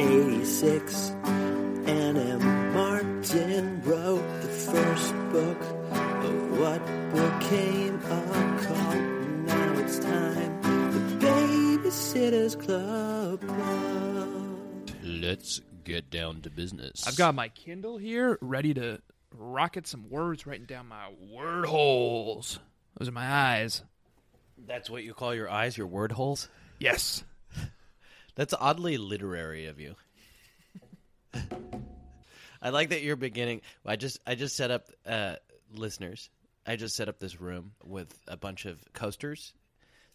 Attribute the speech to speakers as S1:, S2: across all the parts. S1: 86. Anna Martin wrote the first book of what became a cult. Now it's time the Babysitters Club.
S2: Let's get down to business.
S3: I've got my Kindle here, ready to rocket some words, writing down my word holes. Those are my eyes.
S4: That's what you call your eyes, your word holes?
S3: Yes.
S4: That's oddly literary of you. I like that you're beginning. I just I just set up uh, listeners. I just set up this room with a bunch of coasters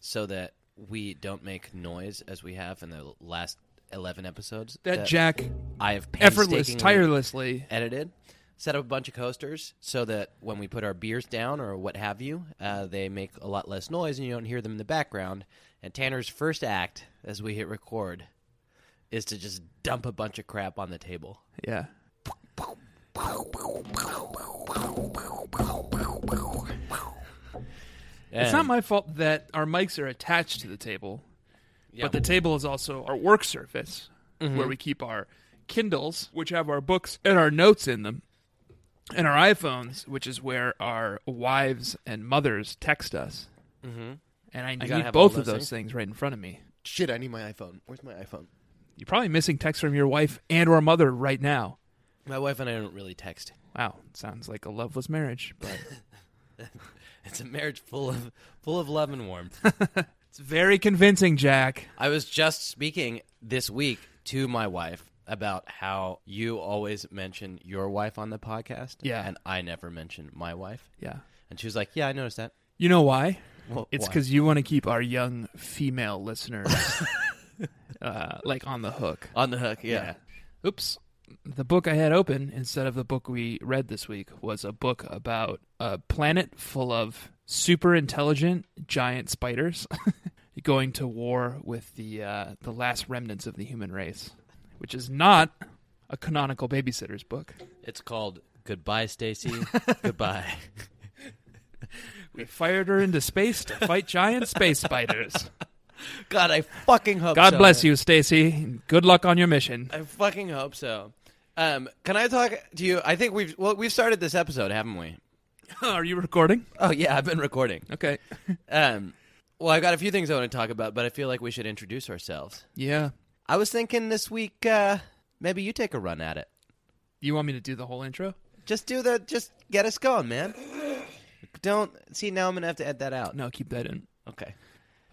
S4: so that we don't make noise as we have in the last 11 episodes.
S3: That Jack
S4: I have
S3: effortless,
S4: painstakingly
S3: tirelessly.
S4: edited. Set up a bunch of coasters so that when we put our beers down or what have you, uh, they make a lot less noise and you don't hear them in the background. And Tanner's first act as we hit record is to just dump a bunch of crap on the table.
S3: Yeah. It's not
S4: And-
S3: my fault that our mics are attached to the table, but the table is also our work surface where we keep our Kindles, which have our books and our notes in them, and our iPhones, which is where our wives and mothers text us. Mm-hmm. And I,
S4: gotta
S3: need
S4: have all
S3: both of
S4: those
S3: those things right in front of me.
S4: shit, I need my iPhone. Where's my iPhone?
S3: You're probably missing texts from your wife and or mother right now.
S4: My wife and I don't really text.
S3: Wow, sounds like a loveless marriage, but
S4: It's a marriage full of full of love and warmth.
S3: it's very convincing, Jack.
S4: I was just speaking this week to my wife about how you always mention your wife on the podcast.
S3: Yeah.
S4: And I never mention my wife.
S3: Yeah.
S4: And she was like, Yeah, I noticed that.
S3: You know why?
S4: Well,
S3: It's
S4: why?
S3: because you want to keep our young female listeners uh, like on the hook.
S4: On the hook, yeah.
S3: Oops. The book I had open instead of the book we read this week was a book about a planet full of super intelligent giant spiders going to war with the uh, the last remnants of the human race, which is not a canonical babysitter's book.
S4: It's called Goodbye, Stacy. Goodbye.
S3: We fired her into space to fight giant space spiders.
S4: God, I fucking hope
S3: God
S4: so.
S3: bless you, Stacy. and Good luck on your mission.
S4: I fucking hope so. Um, can I talk to you? I think we've well, we've started this episode, haven't we?
S3: Are you recording?
S4: Oh yeah, I've been recording.
S3: Okay.
S4: Um, well, I've got a few things I want to talk about, but I feel like we should introduce ourselves.
S3: Yeah.
S4: I was thinking this week, uh, maybe you take a run at it.
S3: You want me to do the whole intro?
S4: Just do the, just get us going, man. Don't see now. I'm gonna have to edit that out.
S3: No, keep that in.
S4: Okay,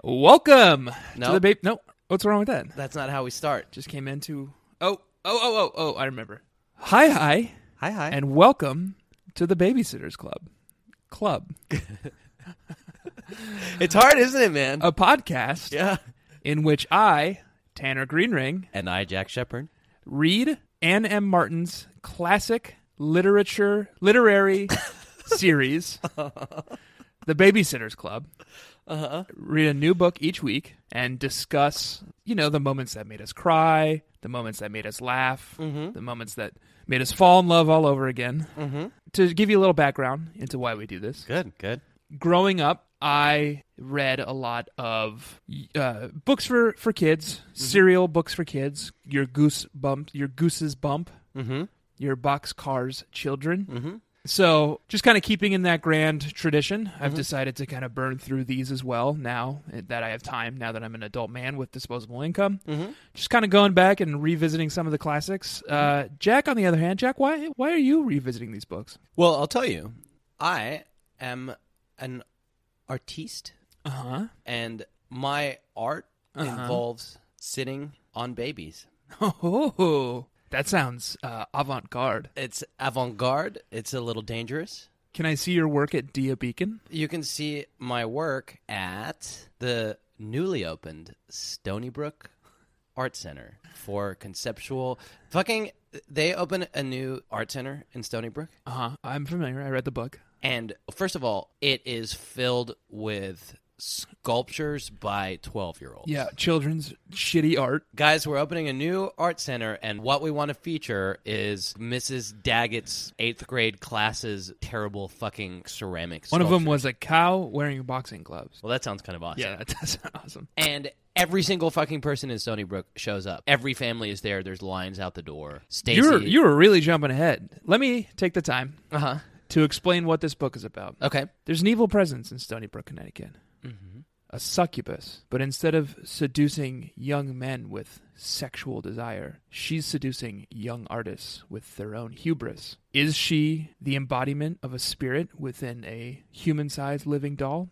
S3: Welcome to
S4: No.
S3: the babe. No, what's wrong with that?
S4: that's not how we start.
S3: Just came into. Oh, oh, oh, oh, oh! I remember. Hi, hi,
S4: Hi, hi.
S3: and welcome to the Babysitters Club. Club,
S4: it's hard, isn't it, man?
S3: a podcast
S4: yeah.
S3: in which I, Tanner Greenring,
S4: And I, Jack Shepard.
S3: read Anne M. Martin's classic literature literary series, The Babysitters Club. Read a new book each week and discuss, you know, the moments that made us cry, the moments that made us laugh, the moments that made us fall in love all over again. Mm-hmm. To give you a little background into why we do this,
S4: Good, good.
S3: growing up, I read a lot of uh, books for for kids, serial books for kids. Your goose bump, your goose's bump, mm-hmm. your box cars, children. Mm-hmm. So, just kind of keeping in that grand tradition, I've decided to kind of burn through these as well now eh, that I have time, now that I'm an adult man with disposable income. Mm-hmm. Just kind of going back and revisiting some of the classics. Uh, Jack, on the other hand, Jack, why, why are you revisiting these books?
S4: Well, I'll tell you, I am an artiste,
S3: Uh
S4: Uh-huh.
S3: huh.
S4: and my art involves sitting on babies.
S3: Oh, that sounds uh, avant garde.
S4: It's avant garde, it's a little dangerous.
S3: Can I see your work at Dia Beacon?
S4: You can see my work at the newly opened Stony Brook Art Center for conceptual fucking they open a new art center in Stony Brook
S3: Uh huh. I'm familiar. I read the book.
S4: and first of all it is filled with sculptures by 12 year olds.
S3: Yeah, children's shitty art.
S4: Guys, we're opening a new art center, and what we want to feature is Mrs. Daggett's eighth grade class's terrible fucking ceramics.
S3: One of them was a cow wearing boxing gloves.
S4: Well, that sounds kind of awesome.
S3: Yeah, that's awesome.
S4: And every single fucking person in Stony Brook shows up. Every family is there. There's lines out the door. Stacy.
S3: You're you were really jumping ahead. Let me take the time
S4: Uh huh.
S3: to explain what this book is about.
S4: Okay.
S3: There's an evil presence in Stony Brook, Connecticut. A succubus, but instead of seducing young men with sexual desire, she's seducing young artists with their own hubris. Is she the embodiment of a spirit within a human sized living doll?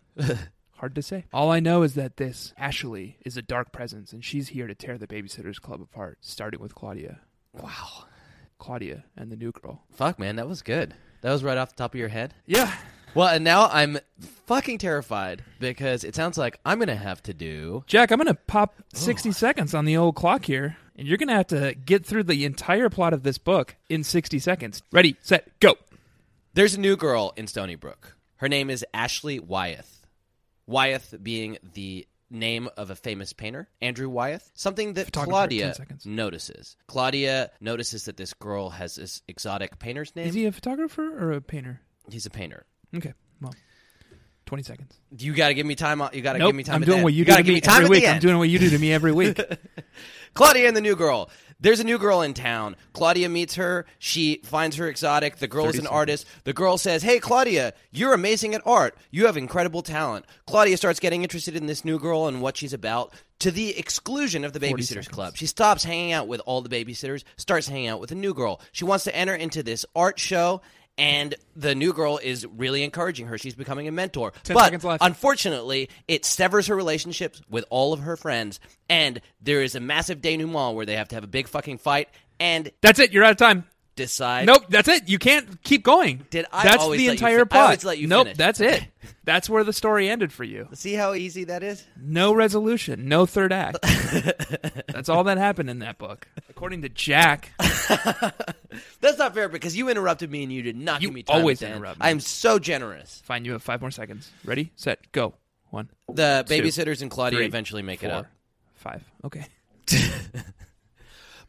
S3: Hard to say. All I know is that this Ashley is a dark presence, and she's here to tear the Babysitters Club apart, starting with Claudia.
S4: Wow.
S3: Claudia and the new girl.
S4: Fuck, man, that was good. That was right off the top of your head.
S3: Yeah.
S4: Well, and now I'm fucking terrified because it sounds like I'm gonna have to do.
S3: Jack, I'm going to pop 60 seconds on the old clock here, and you're going to have to get through the entire plot of this book in 60 seconds. Ready, set, go.
S4: There's a new girl in Stony Brook. Her name is Ashley Wyeth. Wyeth being the name of a famous painter, Andrew Wyeth. Something that
S3: Photographer,
S4: Claudia
S3: 10 seconds.
S4: notices. Claudia notices that this girl has this exotic painter's name.
S3: Is he a photographer or a painter?
S4: He's a painter.
S3: Okay, well, 20 seconds.
S4: You gotta give me time. You gotta
S3: Nope,
S4: give me time.
S3: I'm
S4: at
S3: doing
S4: the end.
S3: what you, do
S4: gotta
S3: to
S4: give
S3: me
S4: me time
S3: every
S4: at
S3: week.
S4: the
S3: I'm
S4: end.
S3: doing what you do to me every week.
S4: Claudia and the new girl. There's a new girl in town. Claudia meets her. She finds her exotic. The girl is an artist. The girl says, Hey, Claudia, you're amazing at art. You have incredible talent. Claudia starts getting interested in this new girl and what she's about to the exclusion of the Babysitters Club. She stops hanging out with all the babysitters, starts hanging out with a new girl. She wants to enter into this art show. And the new girl is really encouraging her. She's becoming a mentor. but
S3: seconds left.
S4: Unfortunately, it severs her relationships with all of her friends, and there is a massive denouement where they have to have a big fucking fight and
S3: That's it, you're out of time.
S4: decide.
S3: Nope, that's it. You can't keep going.
S4: Did I
S3: That's
S4: always
S3: the
S4: let you
S3: entire
S4: fin- I
S3: plot.
S4: always let you
S3: nope,
S4: finish.
S3: that's it. That's where the story ended for you.
S4: See how easy that is?
S3: No resolution, no third act. That's all that happened in that book. According to Jack,
S4: That's not fair because you interrupted me and you did not
S3: You
S4: give me time.
S3: always
S4: at the end.
S3: interrupt me.
S4: I am so generous.
S3: Fine, you have five more seconds. Ready, set, go. One,
S4: The
S3: Two,
S4: babysitters and Claudia
S3: three,
S4: eventually make it
S3: four,
S4: up.
S3: five. Okay.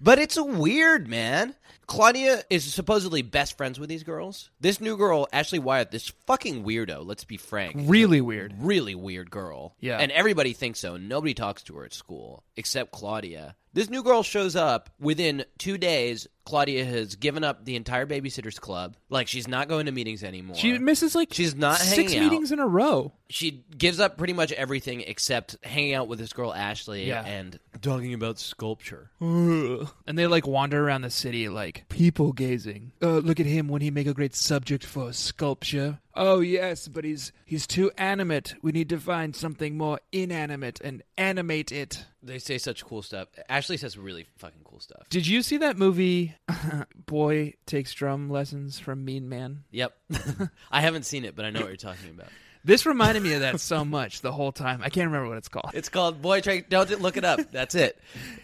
S4: But it's weird, man. Claudia is supposedly best friends with these girls. This new girl, Ashley Wyatt, this fucking weirdo, let's be frank.
S3: Really weird.
S4: really weird girl.
S3: Yeah.
S4: And everybody thinks so. Nobody talks to her at school except Claudia. This new girl shows up within two days. Claudia has given up the entire babysitters club. Like she's not going to meetings anymore.
S3: She misses like
S4: She's not
S3: six
S4: hanging out.
S3: meetings in a row.
S4: she gives up pretty much everything except hanging out with this girl Ashley
S3: Yeah.
S4: and talking about sculpture.
S3: And they like wander around the city like people gazing. Uh, look at him when he make a great subject for sculpture. Oh yes, but he's he's too animate. We need to find something more inanimate and animate it.
S4: They say such cool stuff. Ashley says really fucking cool stuff.
S3: Did you see that movie Boy Takes Drum Lessons from Mean Man?
S4: Yep. I haven't seen it, but I know what you're talking about.
S3: This reminded me of that so much the whole time. I can't remember what it's called.
S4: It's called Boy Train. Don't look it up. That's it.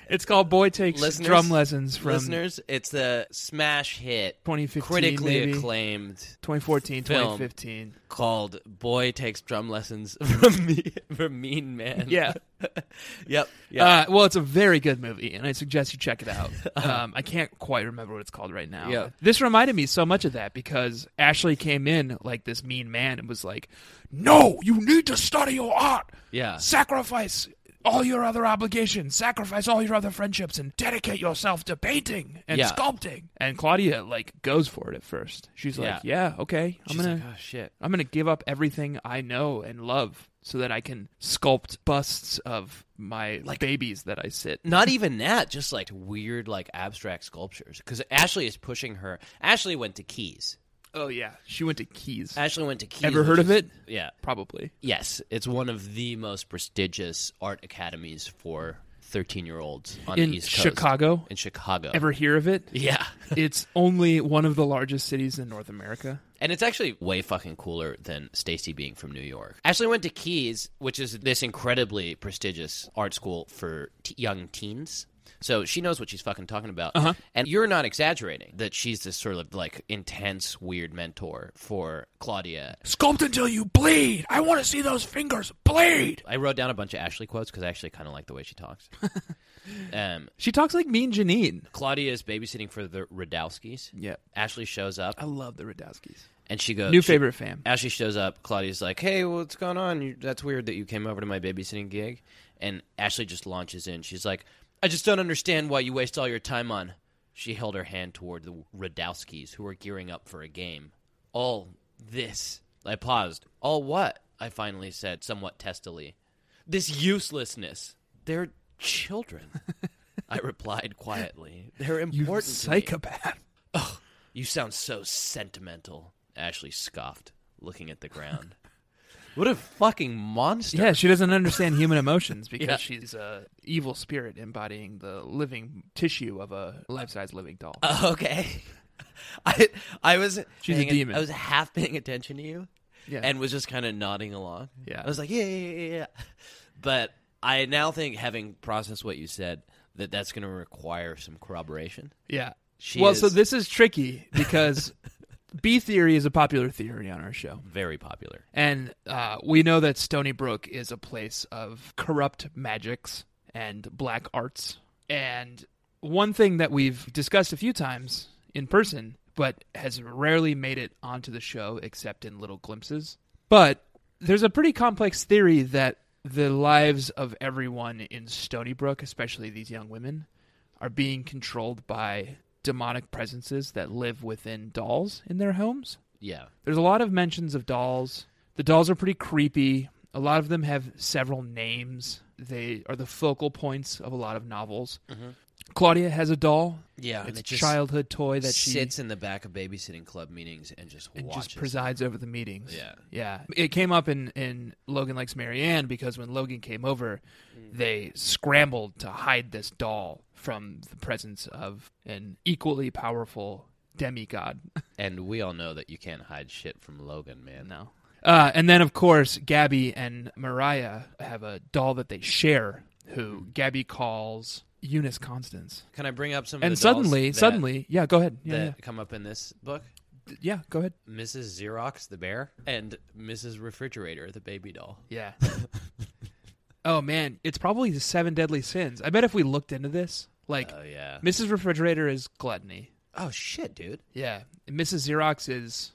S3: It's called Boy Takes
S4: listeners,
S3: Drum Lessons from
S4: listeners. It's the smash hit,
S3: 2015
S4: critically
S3: maybe.
S4: acclaimed,
S3: 2014,
S4: Film.
S3: 2015.
S4: called "Boy Takes Drum Lessons from Me from Mean Man."
S3: Yeah.
S4: yep, yeah,
S3: Uh, well, it's a very good movie, and I suggest you check it out. Um, I can't quite remember what it's called right now.
S4: Yeah.
S3: This reminded me so much of that because Ashley came in like this mean man and was like, No, you need to study your art.
S4: Yeah.
S3: Sacrifice all your other obligations, sacrifice all your other friendships, and dedicate yourself to painting and
S4: Yeah.
S3: sculpting. And Claudia, like, goes for it at first. She's like, Yeah, okay. I'm
S4: She's
S3: going
S4: like,
S3: to.
S4: oh shit.
S3: I'm going to give up everything I know and love so that I can sculpt busts of my babies that I sit.
S4: Not even that, just like weird, like abstract sculptures. Because Ashley is pushing her. Ashley went to Keys.
S3: Oh yeah, she went to Keys.
S4: Ashley went to Keys.
S3: Ever
S4: which
S3: heard of
S4: is-
S3: it?
S4: Yeah.
S3: Probably.
S4: Yes, it's one of the most prestigious art academies for thirteen-year-olds on
S3: In
S4: the East Coast.
S3: Chicago?
S4: In Chicago.
S3: Ever hear of it?
S4: yeah.
S3: It's only one of the largest cities in North America.
S4: And it's actually way fucking cooler than Stacy being from New York. Ashley went to Keys, which is this incredibly prestigious art school for t- young teens. So she knows what she's fucking talking about.
S3: Uh-huh.
S4: And you're not exaggerating that she's this sort of like intense, weird mentor for Claudia.
S3: Sculpt until you bleed. I want to see those fingers bleed.
S4: I wrote down a bunch of Ashley quotes because I actually kind of like the way she talks. um,
S3: She talks like me and Janine.
S4: Claudia is babysitting for the Radowskis.
S3: Yep.
S4: Ashley shows up
S3: I love the Radowskis.
S4: and she goes.
S3: Oh. New
S4: Uh, she-
S3: favorite fam.
S4: Ashley shows up. Claudia's like, "Hey, what's going on? You, that's weird that you came over to my babysitting gig." And Ashley just launches in. She's like, "I just don't understand why you waste all your time on." She held her hand toward the Radowskis, who were gearing up for a game. All this. I paused. All what? I finally said, somewhat testily. This uselessness. They're children. I replied quietly. They're
S3: You
S4: important. to me."
S3: psychopath.
S4: You sound so sentimental, Ashley scoffed, looking at the ground. what a fucking monster.
S3: Yeah, she doesn't understand human emotions because
S4: Yeah.
S3: she's a evil spirit embodying the living tissue of a life-size living doll.
S4: Uh, okay. I I was
S3: She's a
S4: paying-
S3: demon.
S4: I was half paying attention to you
S3: yeah.
S4: and was just kind of nodding along.
S3: Yeah.
S4: I was like, yeah, yeah, yeah, yeah. But I now think having processed what you said that that's going to require some corroboration.
S3: yeah.
S4: She
S3: well,
S4: is
S3: so this is tricky because B theory is a popular theory on our show.
S4: very popular.
S3: And uh, we know that Stony Brook is a place of corrupt magics and black arts. And one thing that we've discussed a few times in person, but has rarely made it onto the show except in little glimpses. But there's a pretty complex theory that the lives of everyone in Stony Brook, especially these young women, are being controlled by demonic presences that live within dolls in their homes.
S4: Yeah.
S3: There's a lot of mentions of dolls. The dolls are pretty creepy. A lot of them have several names. They are the focal points of a lot of novels. Claudia has a doll.
S4: Mm-hmm. Yeah, and
S3: it's a
S4: it just
S3: childhood toy that she
S4: sits in the back of babysitting club meetings and just
S3: and
S4: watches.
S3: just presides over the meetings.
S4: Yeah.
S3: yeah. It came up in in Logan likes Marianne because when Logan came over,
S4: Mm.
S3: they scrambled to hide this doll from the presence of an equally powerful demigod.
S4: and we all know that you can't hide shit from Logan, man.
S3: No. Uh, and then, of course, Gabby and Mariah have a doll that they share, who Gabby calls Eunice Constance.
S4: Can I bring up some?
S3: And
S4: of the dolls
S3: suddenly,
S4: that-
S3: suddenly, yeah, go ahead.
S4: that
S3: Yeah,
S4: come up in this book?
S3: yeah. yeah, go ahead.
S4: Mrs. Xerox the bear and Mrs. Refrigerator the baby doll.
S3: Yeah. oh man, it's probably the seven deadly sins. I bet if we looked into this, like
S4: Oh yeah.
S3: Mrs. Refrigerator is gluttony.
S4: Oh shit, dude.
S3: Yeah, and Mrs. Xerox is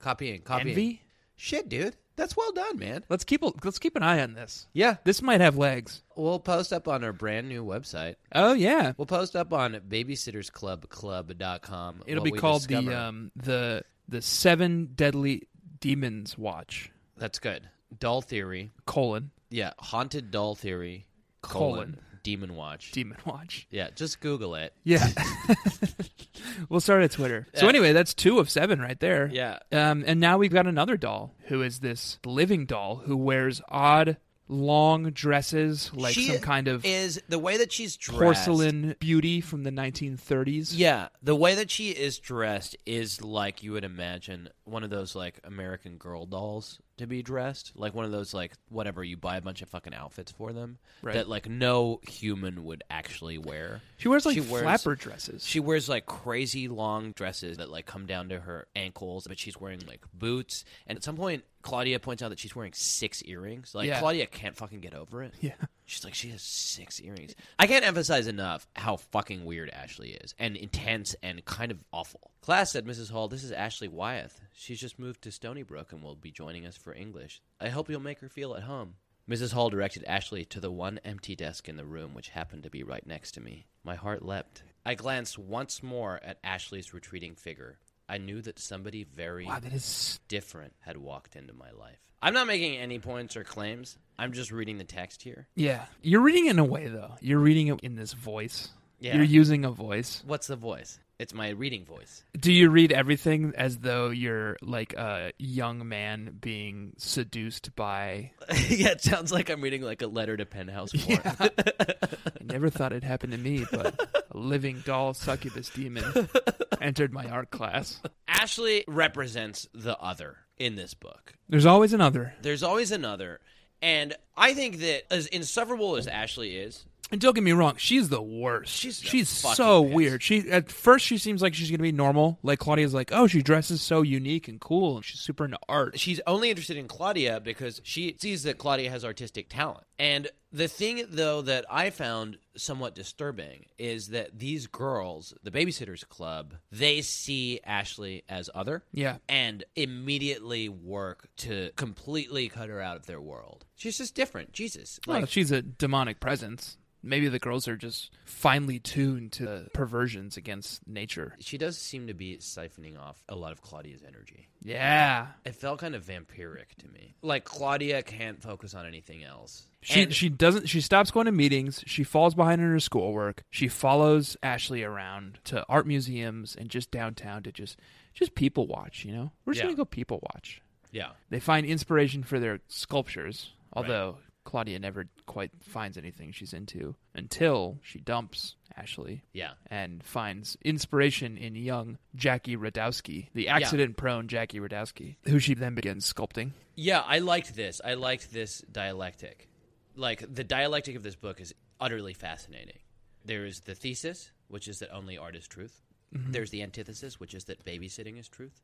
S4: Copying, copying.
S3: envy.
S4: Shit, dude. That's well done, man.
S3: Let's keep a, let's keep an eye on this.
S4: Yeah,
S3: This might have legs.
S4: we'll post up on our brand new website.
S3: Oh yeah,
S4: We'll post up on babysittersclubclub.com.
S3: It'll
S4: what
S3: be
S4: we
S3: called
S4: discover.
S3: the um the the seven deadly demons watch
S4: That's good. Doll theory.
S3: colon
S4: Yeah, haunted doll theory
S3: Colon.
S4: colon, demon watch.
S3: demon watch.
S4: yeah, just Google it.
S3: Yeah, we'll start at Twitter. So
S4: Yeah.
S3: anyway, that's two of seven right there.
S4: Yeah.
S3: Um, and now we've got another doll who is this living doll who wears odd long dresses like
S4: She
S3: some kind of
S4: is the way that she's dressed.
S3: porcelain beauty from the 1930s.
S4: Yeah, the way that she is dressed is like you would imagine one of those like American Girl dolls to be dressed, like one of those like whatever you buy a bunch of fucking outfits for them
S3: Right.
S4: that like no human would actually wear.
S3: She wears like
S4: She wears-
S3: flapper dresses.
S4: She wears like crazy long dresses that like come down to her ankles, but she's wearing like boots. And at some point, Claudia points out that she's wearing six earrings. Like
S3: Yeah.
S4: Claudia can't fucking get over it.
S3: yeah.
S4: She's like, she has six earrings. I can't emphasize enough how fucking weird Ashley is and intense and kind of awful. Class said, Mrs. Hall, this is Ashley Wyeth. She's just moved to Stony Brook and will be joining us for English. I hope you'll make her feel at home. Mrs. Hall directed Ashley to the one empty desk in the room, which happened to be right next to me. My heart leapt. I glanced once more at Ashley's retreating figure. I knew that somebody very
S3: Wow, that is
S4: different had walked into my life. I'm not making any points or claims. I'm just reading the text here.
S3: yeah. You're reading it in a way though. You're reading it in this voice.
S4: Yeah.
S3: You're using a voice.
S4: What's the voice? It's my reading voice.
S3: Do you read everything as though you're like a young man being seduced by?
S4: yeah, it sounds like I'm reading like a letter to Penthouse Moore.
S3: I never thought it happened to me, but a living doll succubus demon entered my art class.
S4: Ashley represents the other in this book.
S3: There's always another.
S4: There's always another, and I think that as insufferable as Ashley is,
S3: And don't get me wrong, she's the worst. She's
S4: She's a
S3: she's
S4: fucking
S3: so
S4: pest.
S3: weird. She at first she seems like she's gonna be normal. Like Claudia's like, oh, she dresses so unique and cool, and she's super into art.
S4: she's only interested in Claudia because she sees that Claudia has artistic talent. And the thing, though, that I found somewhat disturbing is that these girls, the Babysitters Club, they see Ashley as other.
S3: Yeah.
S4: And immediately work to completely cut her out of their world. She's just different. Jesus.
S3: Well,
S4: Like,
S3: Oh, she's a demonic presence. Maybe the girls are just finely tuned to the perversions against nature.
S4: she does seem to be siphoning off a lot of Claudia's energy.
S3: Yeah,
S4: It felt kind of vampiric to me. Like, Claudia can't focus on anything else.
S3: she
S4: And-
S3: she doesn't. She stops going to meetings. She falls behind in her schoolwork. She follows Ashley around to art museums and just downtown to just just people watch. You know, we're just
S4: Yeah.
S3: gonna go people watch.
S4: yeah.
S3: They find inspiration for their sculptures, although Claudia never quite finds anything she's into until she dumps Ashley
S4: Yeah.
S3: and finds inspiration in young Jackie Radowski, the accident prone Jackie Radowski, who she then begins sculpting.
S4: Yeah, I liked this. I liked this dialectic. Like the dialectic of this book is utterly fascinating. There is the thesis, which is that only art is truth. There's the antithesis, which is that babysitting is truth.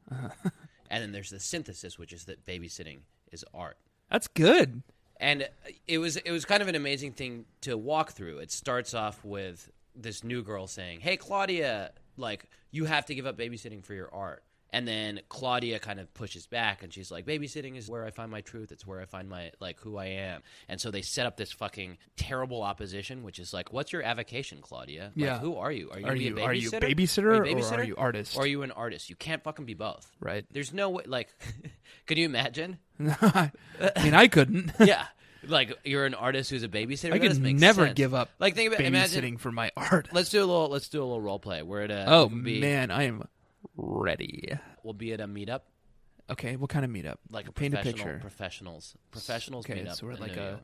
S4: and then there's the synthesis, which is that babysitting is art.
S3: That's good.
S4: And it was it was kind of an amazing thing to walk through. It starts off with this new girl saying, "Hey Claudia, like you have to give up babysitting for your art." And then Claudia kind of pushes back and she's like, "Babysitting is where I find my truth. It's where I find my like who I am." And so they set up this fucking terrible opposition, which is like, "What's your avocation, Claudia? Like,
S3: Yeah.
S4: who are you? Are you,
S3: Are
S4: gonna be
S3: you-
S4: a babysitter?
S3: are you babysitter or are you artist?
S4: Or are you an artist? You can't fucking be both."
S3: Right.
S4: There's no way like can you imagine?
S3: I mean, I couldn't.
S4: yeah. Like you're an artist who's a babysitter.
S3: I
S4: That
S3: could
S4: doesn't make
S3: never
S4: sense.
S3: give up
S4: Like think about
S3: babysitting
S4: imagine.
S3: for my art.
S4: Let's do a little. Let's do a little role play. We're at a.
S3: oh,
S4: we'll be,
S3: man, I am ready.
S4: We'll be at a meetup,
S3: Okay, what kind of meetup?
S4: like a
S3: paint a
S4: professional-
S3: picture.
S4: Professionals, professionals
S3: okay,
S4: meetup.
S3: so we're at
S4: in
S3: like
S4: New
S3: a
S4: York.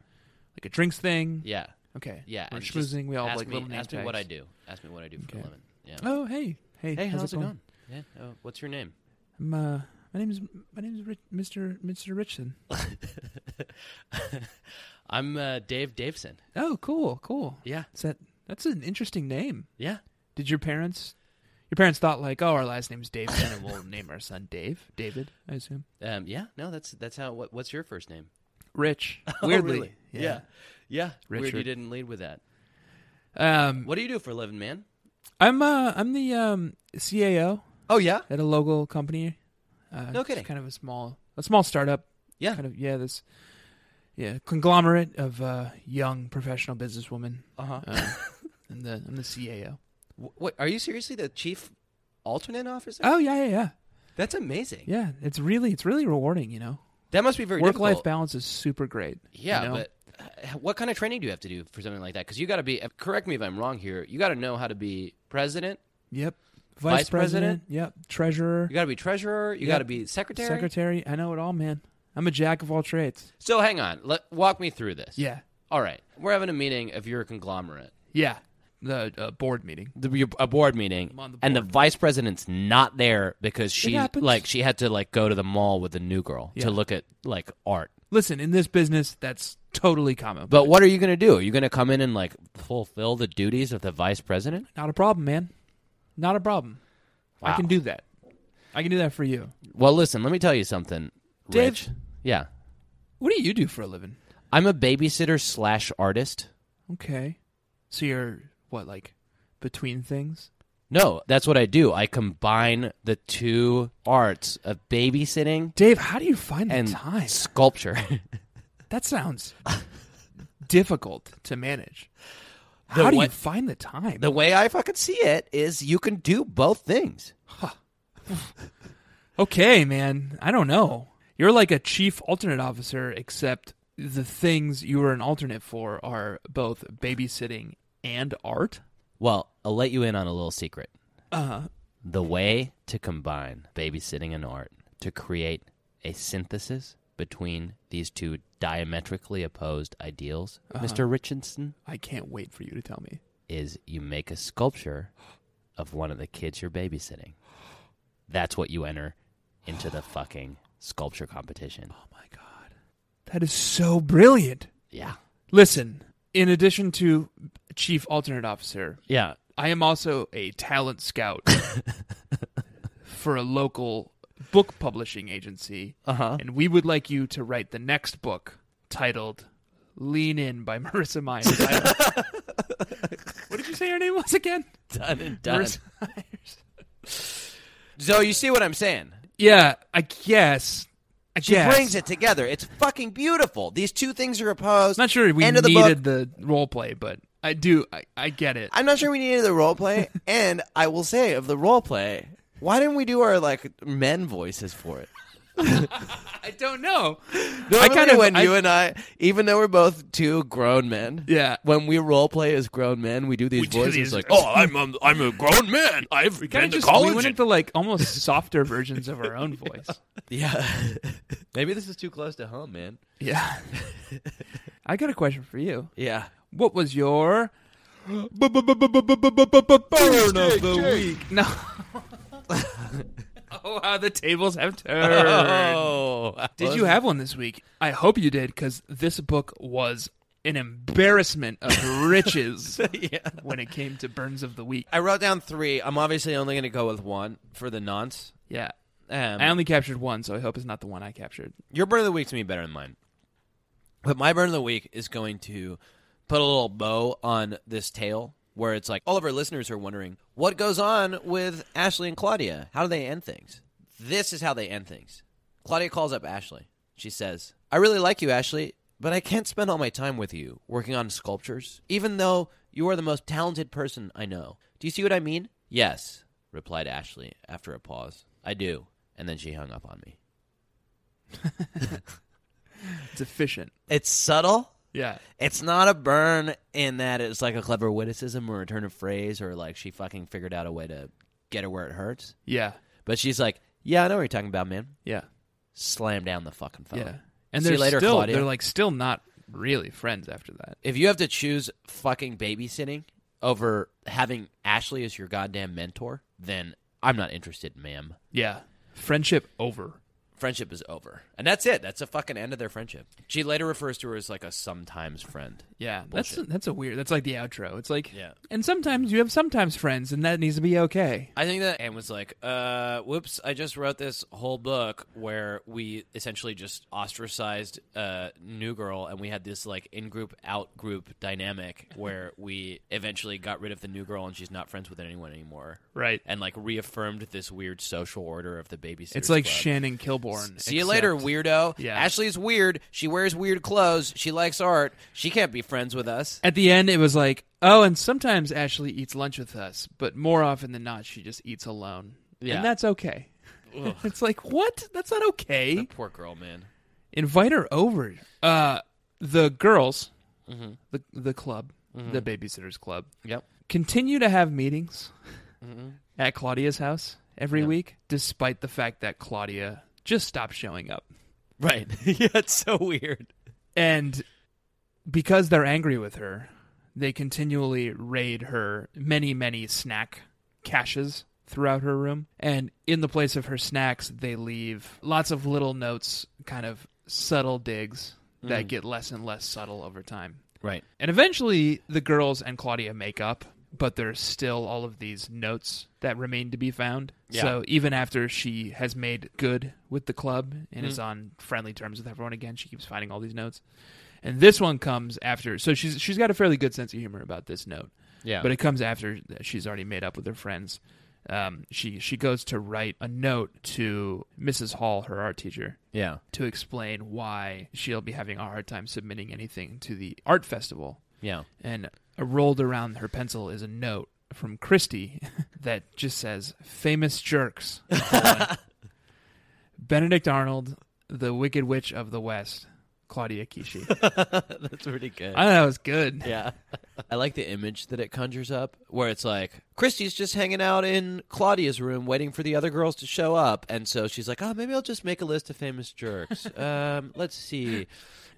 S3: like a drinks thing.
S4: Yeah,
S3: Okay.
S4: yeah.
S3: We're
S4: and just
S3: schmoozing. We all have,
S4: ask
S3: like
S4: me,
S3: little name
S4: Ask me what I
S3: tags.
S4: do. Ask me what I do for
S3: Okay.
S4: a living. Yeah.
S3: Oh hey hey
S4: hey, how's,
S3: how's,
S4: it going? Yeah. Oh, what's your name?
S3: I'm, uh, my name's my name's Rich, Mr. Mr. Richson.
S4: I'm uh, Dave Daveson.
S3: Oh, cool, cool.
S4: Yeah.
S3: Is that that's an interesting name.
S4: Yeah.
S3: Did your parents? Your parents thought like, oh, our last name's Davidson, and we'll name our son Dave. David, I assume.
S4: Um. Yeah. No. That's that's how. What, what's your first name?
S3: Rich.
S4: Oh,
S3: Weirdly,
S4: really? Yeah. Yeah. Weird. You
S3: Richard.
S4: didn't lead with that.
S3: Um,
S4: What do you do for a living, man?
S3: I'm uh, I'm the um CAO
S4: Oh yeah.
S3: at a local company. Uh,
S4: No
S3: it's
S4: kidding.
S3: Kind of a small, a small startup.
S4: Yeah.
S3: Kind of yeah. This. Yeah, conglomerate of uh, young professional businesswomen.
S4: Uh-huh.
S3: Uh, I'm the I'm the CAO.
S4: Wh- What are you seriously the chief alternate officer?
S3: Oh yeah, yeah, yeah,
S4: That's amazing.
S3: yeah. It's really, it's really rewarding. You know,
S4: That must be very
S3: work life
S4: difficult.
S3: balance is super great. you
S4: Yeah,
S3: know?
S4: but uh, what kind of training do you have to do for something like that? Because you got to be. uh, Correct me if I'm wrong here. You got to know how to be president.
S3: yep,
S4: Vice president?
S3: yep, treasurer,
S4: You got to be treasurer. You
S3: Yeah.
S4: got to be secretary.
S3: secretary. I know it all, man. I'm a jack of all trades.
S4: So hang on. Let walk me through this.
S3: Yeah,
S4: All right. We're having a meeting of your conglomerate,
S3: yeah. The uh, board meeting.
S4: the, your, a board meeting,
S3: I'm on the
S4: and the vice president's not there because she
S3: happens.
S4: like she had to like go to the mall with the new girl
S3: Yeah.
S4: to look at like art.
S3: Listen, in this business, that's totally common.
S4: But what are you going to do? Are you going to come in and like fulfill the duties of the vice president?
S3: not a problem, man. Not a problem. I
S4: Wow.
S3: can do that. I can do that for you.
S4: Well, listen, let me tell you something,
S3: Dave.
S4: Rich. Yeah,
S3: What do you do for a living?
S4: I'm a babysitter slash artist.
S3: Okay, so you're what like between things?
S4: No, that's what I do. I combine the two arts of babysitting
S3: Dave, how do you find the
S4: and
S3: time?
S4: sculpture.
S3: That sounds difficult to manage. How do you
S4: what-
S3: find the time?
S4: the way I fucking see it is, you can do both things.
S3: okay, man. I don't know. You're like a chief alternate officer, except the things you were an alternate for are both babysitting and art.
S4: Well, I'll let you in on a little secret.
S3: Uh,
S4: The way to combine babysitting and art to create a synthesis between these two diametrically opposed ideals, Mr. Richardson,
S3: I can't wait for you to tell me.
S4: is you make a sculpture of one of the kids you're babysitting. That's what you enter into the fucking sculpture competition.
S3: Oh my God. That is so brilliant.
S4: Yeah.
S3: Listen, in addition to chief alternate officer.
S4: Yeah.
S3: I am also a talent scout for a local book publishing agency.
S4: Uh-huh.
S3: And we would like you to write the next book titled Lean In by Marissa Myers. I- what did you say her name was again?
S4: Done and done.
S3: Marissa Myers.
S4: So you see what I'm saying?
S3: Yeah, I guess. I
S4: She
S3: guess.
S4: brings it together. It's fucking beautiful. These two things are opposed.
S3: Not sure we
S4: End of the book.
S3: needed the role play, but I do. I, I get it.
S4: I'm not sure we needed the role play. and I will say of the role play, why didn't we do our like men voices for it?
S3: I don't know.
S4: Normally,
S3: kinda-
S4: when
S3: I-
S4: you and I, even though we're both two grown men,
S3: Yeah.
S4: when we role play as grown men, we do these
S3: We do
S4: voices
S3: these-
S4: like, "Oh, I'm a, I'm a grown man. I've
S3: Kind
S4: been
S3: of
S4: to
S3: just
S4: college."
S3: we went into like almost softer versions of our own voice.
S4: yeah, maybe this is too close to home, man.
S3: Yeah. I got a question for you.
S4: Yeah,
S3: What was your bu- bu- bu- bu- bu- bu- bu- bu- bu- bu- burn of the week? No. oh, how the tables have turned.
S4: Oh,
S3: Did you have one this week? I hope you did, because this book was an embarrassment of riches
S4: yeah.
S3: when it came to burns of the week.
S4: I wrote down three. I'm obviously only going to go with one for the nonce.
S3: Yeah.
S4: Um,
S3: I only captured one, so I hope it's not the one I captured.
S4: your burn of the week to me better than mine, but my burn of the week is going to put a little bow on this tale. Where it's like all of our listeners are wondering what goes on with Ashley and Claudia. How do they end things? This is how they end things. Claudia calls up Ashley. She says, I really like you, Ashley, but I can't spend all my time with you working on sculptures, even though you are the most talented person I know. Do you see what I mean? Yes, replied Ashley after a pause. I do. And then she hung up on me.
S3: It's efficient.
S4: It's subtle.
S3: Yeah.
S4: It's not a burn in that it's like a clever witticism or a turn of phrase or like she fucking figured out a way to get her where it hurts.
S3: Yeah.
S4: But she's like, Yeah, I know what you're talking about, man.
S3: Yeah.
S4: Slam down the fucking phone.
S3: Yeah. And
S4: See
S3: they're
S4: you later,
S3: still
S4: Claudia.
S3: they're like still not really friends after that.
S4: if you have to choose fucking babysitting over having Ashley as your goddamn mentor, then I'm not interested, ma'am.
S3: Yeah. Friendship over.
S4: Friendship is over. And that's it. That's the fucking end of their friendship. She later refers to her as like a sometimes friend.
S3: Yeah.
S4: Bullshit.
S3: That's that's a weird that's like the outro. It's like
S4: Yeah.
S3: and sometimes you have sometimes friends and that needs to be okay.
S4: I think that Anne was like, uh, whoops, I just wrote this whole book where we essentially just ostracized uh, New Girl and we had this like in group, out group dynamic where we eventually got rid of the New Girl and she's not friends with anyone anymore.
S3: Right.
S4: And like reaffirmed this weird social order of the babysitter.
S3: It's like
S4: club.
S3: Shannon Kilborn.
S4: See you later,
S3: except-
S4: weirdo.
S3: Yeah.
S4: Ashley's weird. She wears weird clothes. She likes art. She can't be friends with us.
S3: At the end it was like, "Oh, and sometimes Ashley eats lunch with us, but more often than not she just eats alone."
S4: Yeah.
S3: And that's okay. it's like, "What? That's not okay."
S4: The poor girl, man.
S3: invite her over. Uh, the girls, the the club, the babysitters club,
S4: Yep.
S3: continue to have meetings at Claudia's house every week, despite the fact that Claudia just stopped showing up,
S4: Right. yeah, it's so weird.
S3: and because they're angry with her, they continually raid her many many snack caches throughout her room and in the place of her snacks they leave lots of little notes kind of subtle digs that get less and less subtle over time
S4: Right.
S3: And eventually, the girls and Claudia make up, but there's still all of these notes that remain to be found.
S4: Yeah.
S3: So even after she has made good with the club and
S4: Hmm.
S3: is on friendly terms with everyone again, she keeps finding all these notes. And this one comes after. So she's she's got a fairly good sense of humor about this note,
S4: Yeah.
S3: but it comes after that she's already made up with her friends. Um, she she goes to write a note to Mrs. Hall, her art teacher,
S4: yeah.
S3: to explain why she'll be having a hard time submitting anything to the art festival
S4: Yeah.
S3: and rolled around her pencil is a note from Christy that just says famous jerks colon, Benedict Arnold the wicked witch of the west Claudia Kishi
S4: That's pretty good.
S3: I thought that was good
S4: yeah. I like the image that it conjures up where it's like Christy's just hanging out in Claudia's room waiting for the other girls to show up and so she's like, "Oh, maybe I'll just make a list of famous jerks." um, let's see.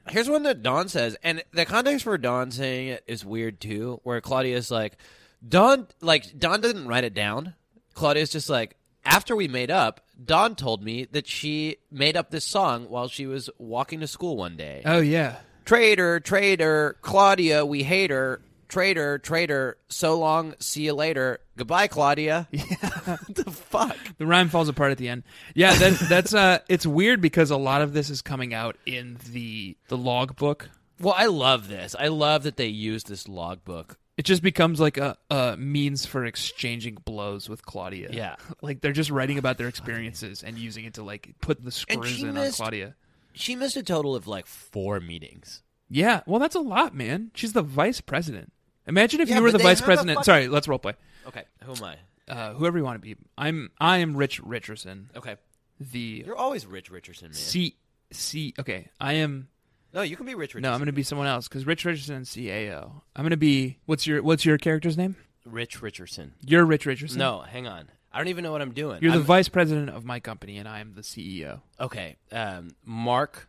S4: Here's one that Don says and the context for Don saying it is weird too where Claudia's like, "Don like Don didn't write it down." Claudia's just like, after we made up, Don told me that she made up this song while she was walking to school one day.
S3: oh yeah
S4: Traitor, traitor, Claudia, we hate her. traitor, traitor, so long, see you later. Goodbye, Claudia. what the fuck?
S3: The rhyme falls apart at the end. Yeah, that, that's uh, it's weird because a lot of this is coming out in the the log book.
S4: Well, I love this. I love that they use this logbook.
S3: It just becomes like a, a means for exchanging blows with Claudia.
S4: Yeah.
S3: like they're just writing about their experiences and using it to like put the screws
S4: she
S3: in
S4: missed-
S3: on Claudia.
S4: She missed a total of like four meetings.
S3: Yeah, well, that's a lot, man. She's the vice president. Imagine if
S4: Yeah,
S3: you were
S4: but
S3: the
S4: they
S3: vice
S4: have a
S3: president.
S4: fucking-
S3: Sorry, let's roleplay.
S4: Okay, who am I?
S3: Uh, whoever you want to be. I'm I am Rich Richardson,
S4: Okay,
S3: the
S4: you're always Rich Richardson, man.
S3: C C. Okay, I am.
S4: no, you can be Rich Richardson.
S3: No, I'm going to be someone else because Rich Richardson is CAO. I'm going to be what's your what's your character's name?
S4: Rich Richardson.
S3: You're Rich Richardson.
S4: No, hang on. I don't even know what I'm doing.
S3: you're the
S4: I'm-
S3: vice president of my company, and I am the E CEO.
S4: okay, um, Mark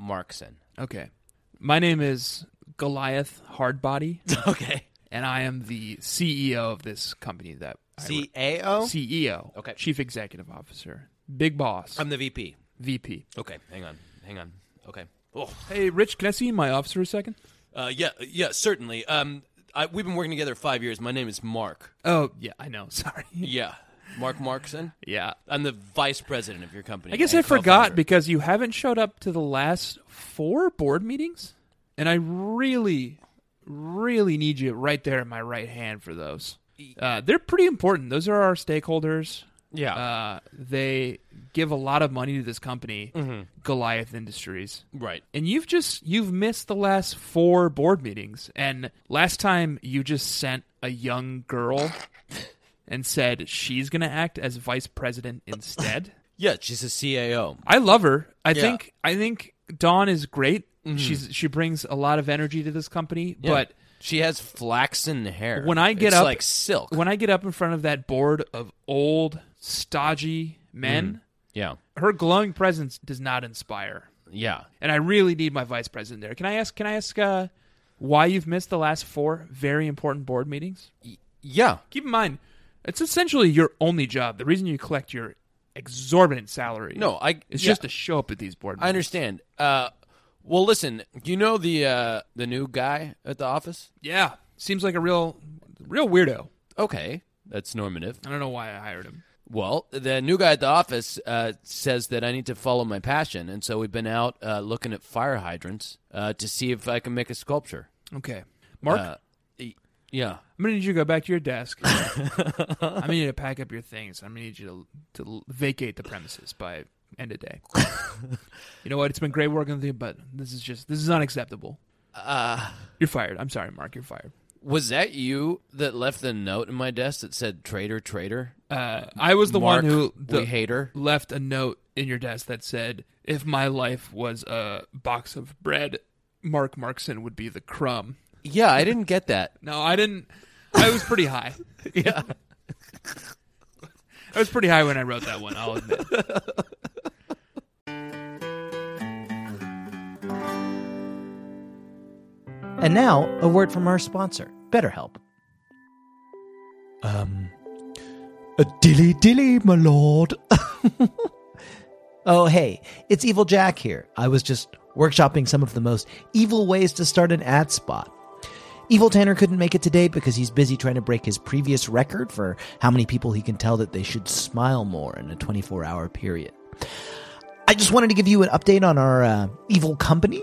S4: Markson.
S3: Okay, my name is Goliath Hardbody,
S4: Okay,
S3: and I am the CEO of this company that I
S4: C A O.
S3: CEO.
S4: Okay.
S3: Chief Executive Officer. Big boss.
S4: I'm the VP.
S3: VP.
S4: Okay, hang on, hang on. Okay. Oh,
S3: Hey, Rich, can I see my officer a second?
S4: uh, yeah, yeah, certainly. Um, I, we've been working together five years. My name is Mark.
S3: Oh, yeah, I know. Sorry.
S4: Yeah, Mark Markson.
S3: yeah.
S4: I'm the vice president of your company.
S3: I guess
S4: and
S3: I forgot
S4: co-founder.
S3: because you haven't showed up to the last four board meetings, and I really, really need you right there in my right hand for those. Uh, they're pretty important. Those are our stakeholders.
S4: yeah,
S3: Uh, they give a lot of money to this company, Goliath Industries.
S4: right.
S3: and you've just you've missed the last four board meetings and last time you just sent a young girl and said she's going to act as vice president instead
S4: Yeah, she's a CAO.
S3: i love her i
S4: Yeah. Mm-hmm.
S3: think i think dawn is great she's she brings a lot of energy to this company
S4: Yeah.
S3: but
S4: she has flaxen hair.
S3: when i get
S4: It's
S3: up
S4: like silk.
S3: when i get up in front of that board of old stodgy men
S4: yeah,
S3: her glowing presence does not inspire
S4: yeah.
S3: and I really need my vice president there. Can I ask? Can I ask uh, why you've missed the last four very important board meetings?
S4: Yeah.
S3: Keep in mind, it's essentially your only job. The reason you collect your exorbitant salary,
S4: No, I.
S3: it's
S4: yeah,
S3: just to show up at these board.
S4: I
S3: meetings.
S4: understand. Uh, well, listen. You know the uh, the new guy at the office.
S3: Yeah, seems like a real, real weirdo.
S4: Okay, that's normative.
S3: I don't know why I hired him.
S4: Well, the new guy at the office uh, says that I need to follow my passion, and so we've been out uh, looking at fire hydrants uh, to see if I can make a sculpture.
S3: Okay, Mark,
S4: Uh, y- yeah.
S3: I'm gonna need you to go back to your desk. I'm gonna need you to pack up your things. I'm gonna need you to to vacate the premises by end of day. you know what? It's been great working with you, but this is just this is unacceptable.
S4: Uh,
S3: You're fired. I'm sorry, Mark. You're fired.
S4: was that you that left the note in my desk that said "traitor, traitor"?
S3: Uh, I was the
S4: Mark,
S3: one who the,
S4: we hate her.
S3: left a note in your desk that said, "If my life was a box of bread, Mark Markson would be the crumb."
S4: Yeah, I didn't get that.
S3: No, I didn't. I was pretty high.
S4: yeah.
S3: I was pretty high when I wrote that one. I'll admit.
S5: And now, a word from our sponsor, BetterHelp. Um, a dilly dilly, my lord. oh, hey, it's Evil Jack here. I was just workshopping some of the most evil ways to start an ad spot. Evil Tanner couldn't make it today because he's busy trying to break his previous record for how many people he can tell that they should smile more in a 24 hour period. I just wanted to give you an update on our uh, evil company,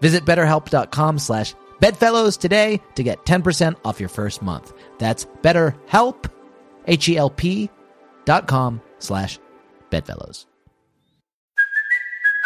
S5: Visit betterhelp.com slash bedfellows today to get 10% off your first month. That's betterhelp, H-E-L-P dot com slash bedfellows.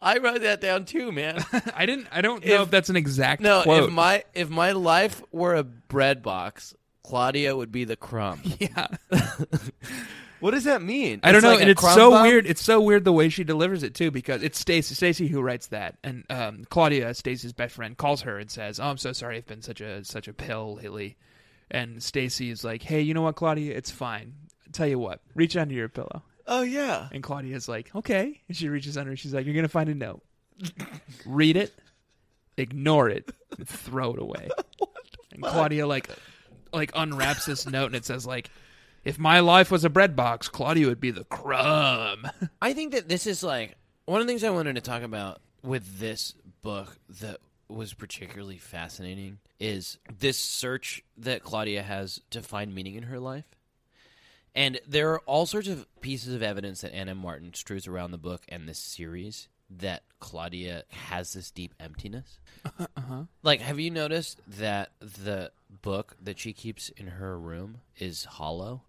S4: I wrote that down too, man.
S3: I didn't. I don't know if,
S4: If-
S3: that's an exact
S4: No,
S3: quote.
S4: if my if my life were a bread box, Claudia would be the crumb.
S3: yeah,
S4: What does that mean?
S3: I don't know,
S4: like
S3: and
S4: a
S3: it's
S4: crumb
S3: so
S4: bump?
S3: weird. It's so weird the way she delivers it too, because it's Stacy Stacy who writes that, and um, Claudia Stacy's best friend calls her and says, "Oh, I'm so sorry, I've been such a such a pill lately," and Stacy is like, "Hey, you know what, Claudia? It's fine. tell you what, reach under your pillow."
S4: Oh yeah.
S3: And Claudia's like, okay. And she reaches under. She's like, you're going to find a note. Read it, ignore it, and throw it away. and Claudia, like, like unwraps this note and it says, like, if my life was a bread box, Claudia would be the crumb.
S4: I think that this is like one of the things I wanted to talk about with this book that was particularly fascinating is this search that Claudia has to find meaning in her life. And there are all sorts of pieces of evidence that Anna Martin strews around the book and this series that Claudia has this deep emptiness. Like, have you noticed that the book that she keeps in her room is hollow?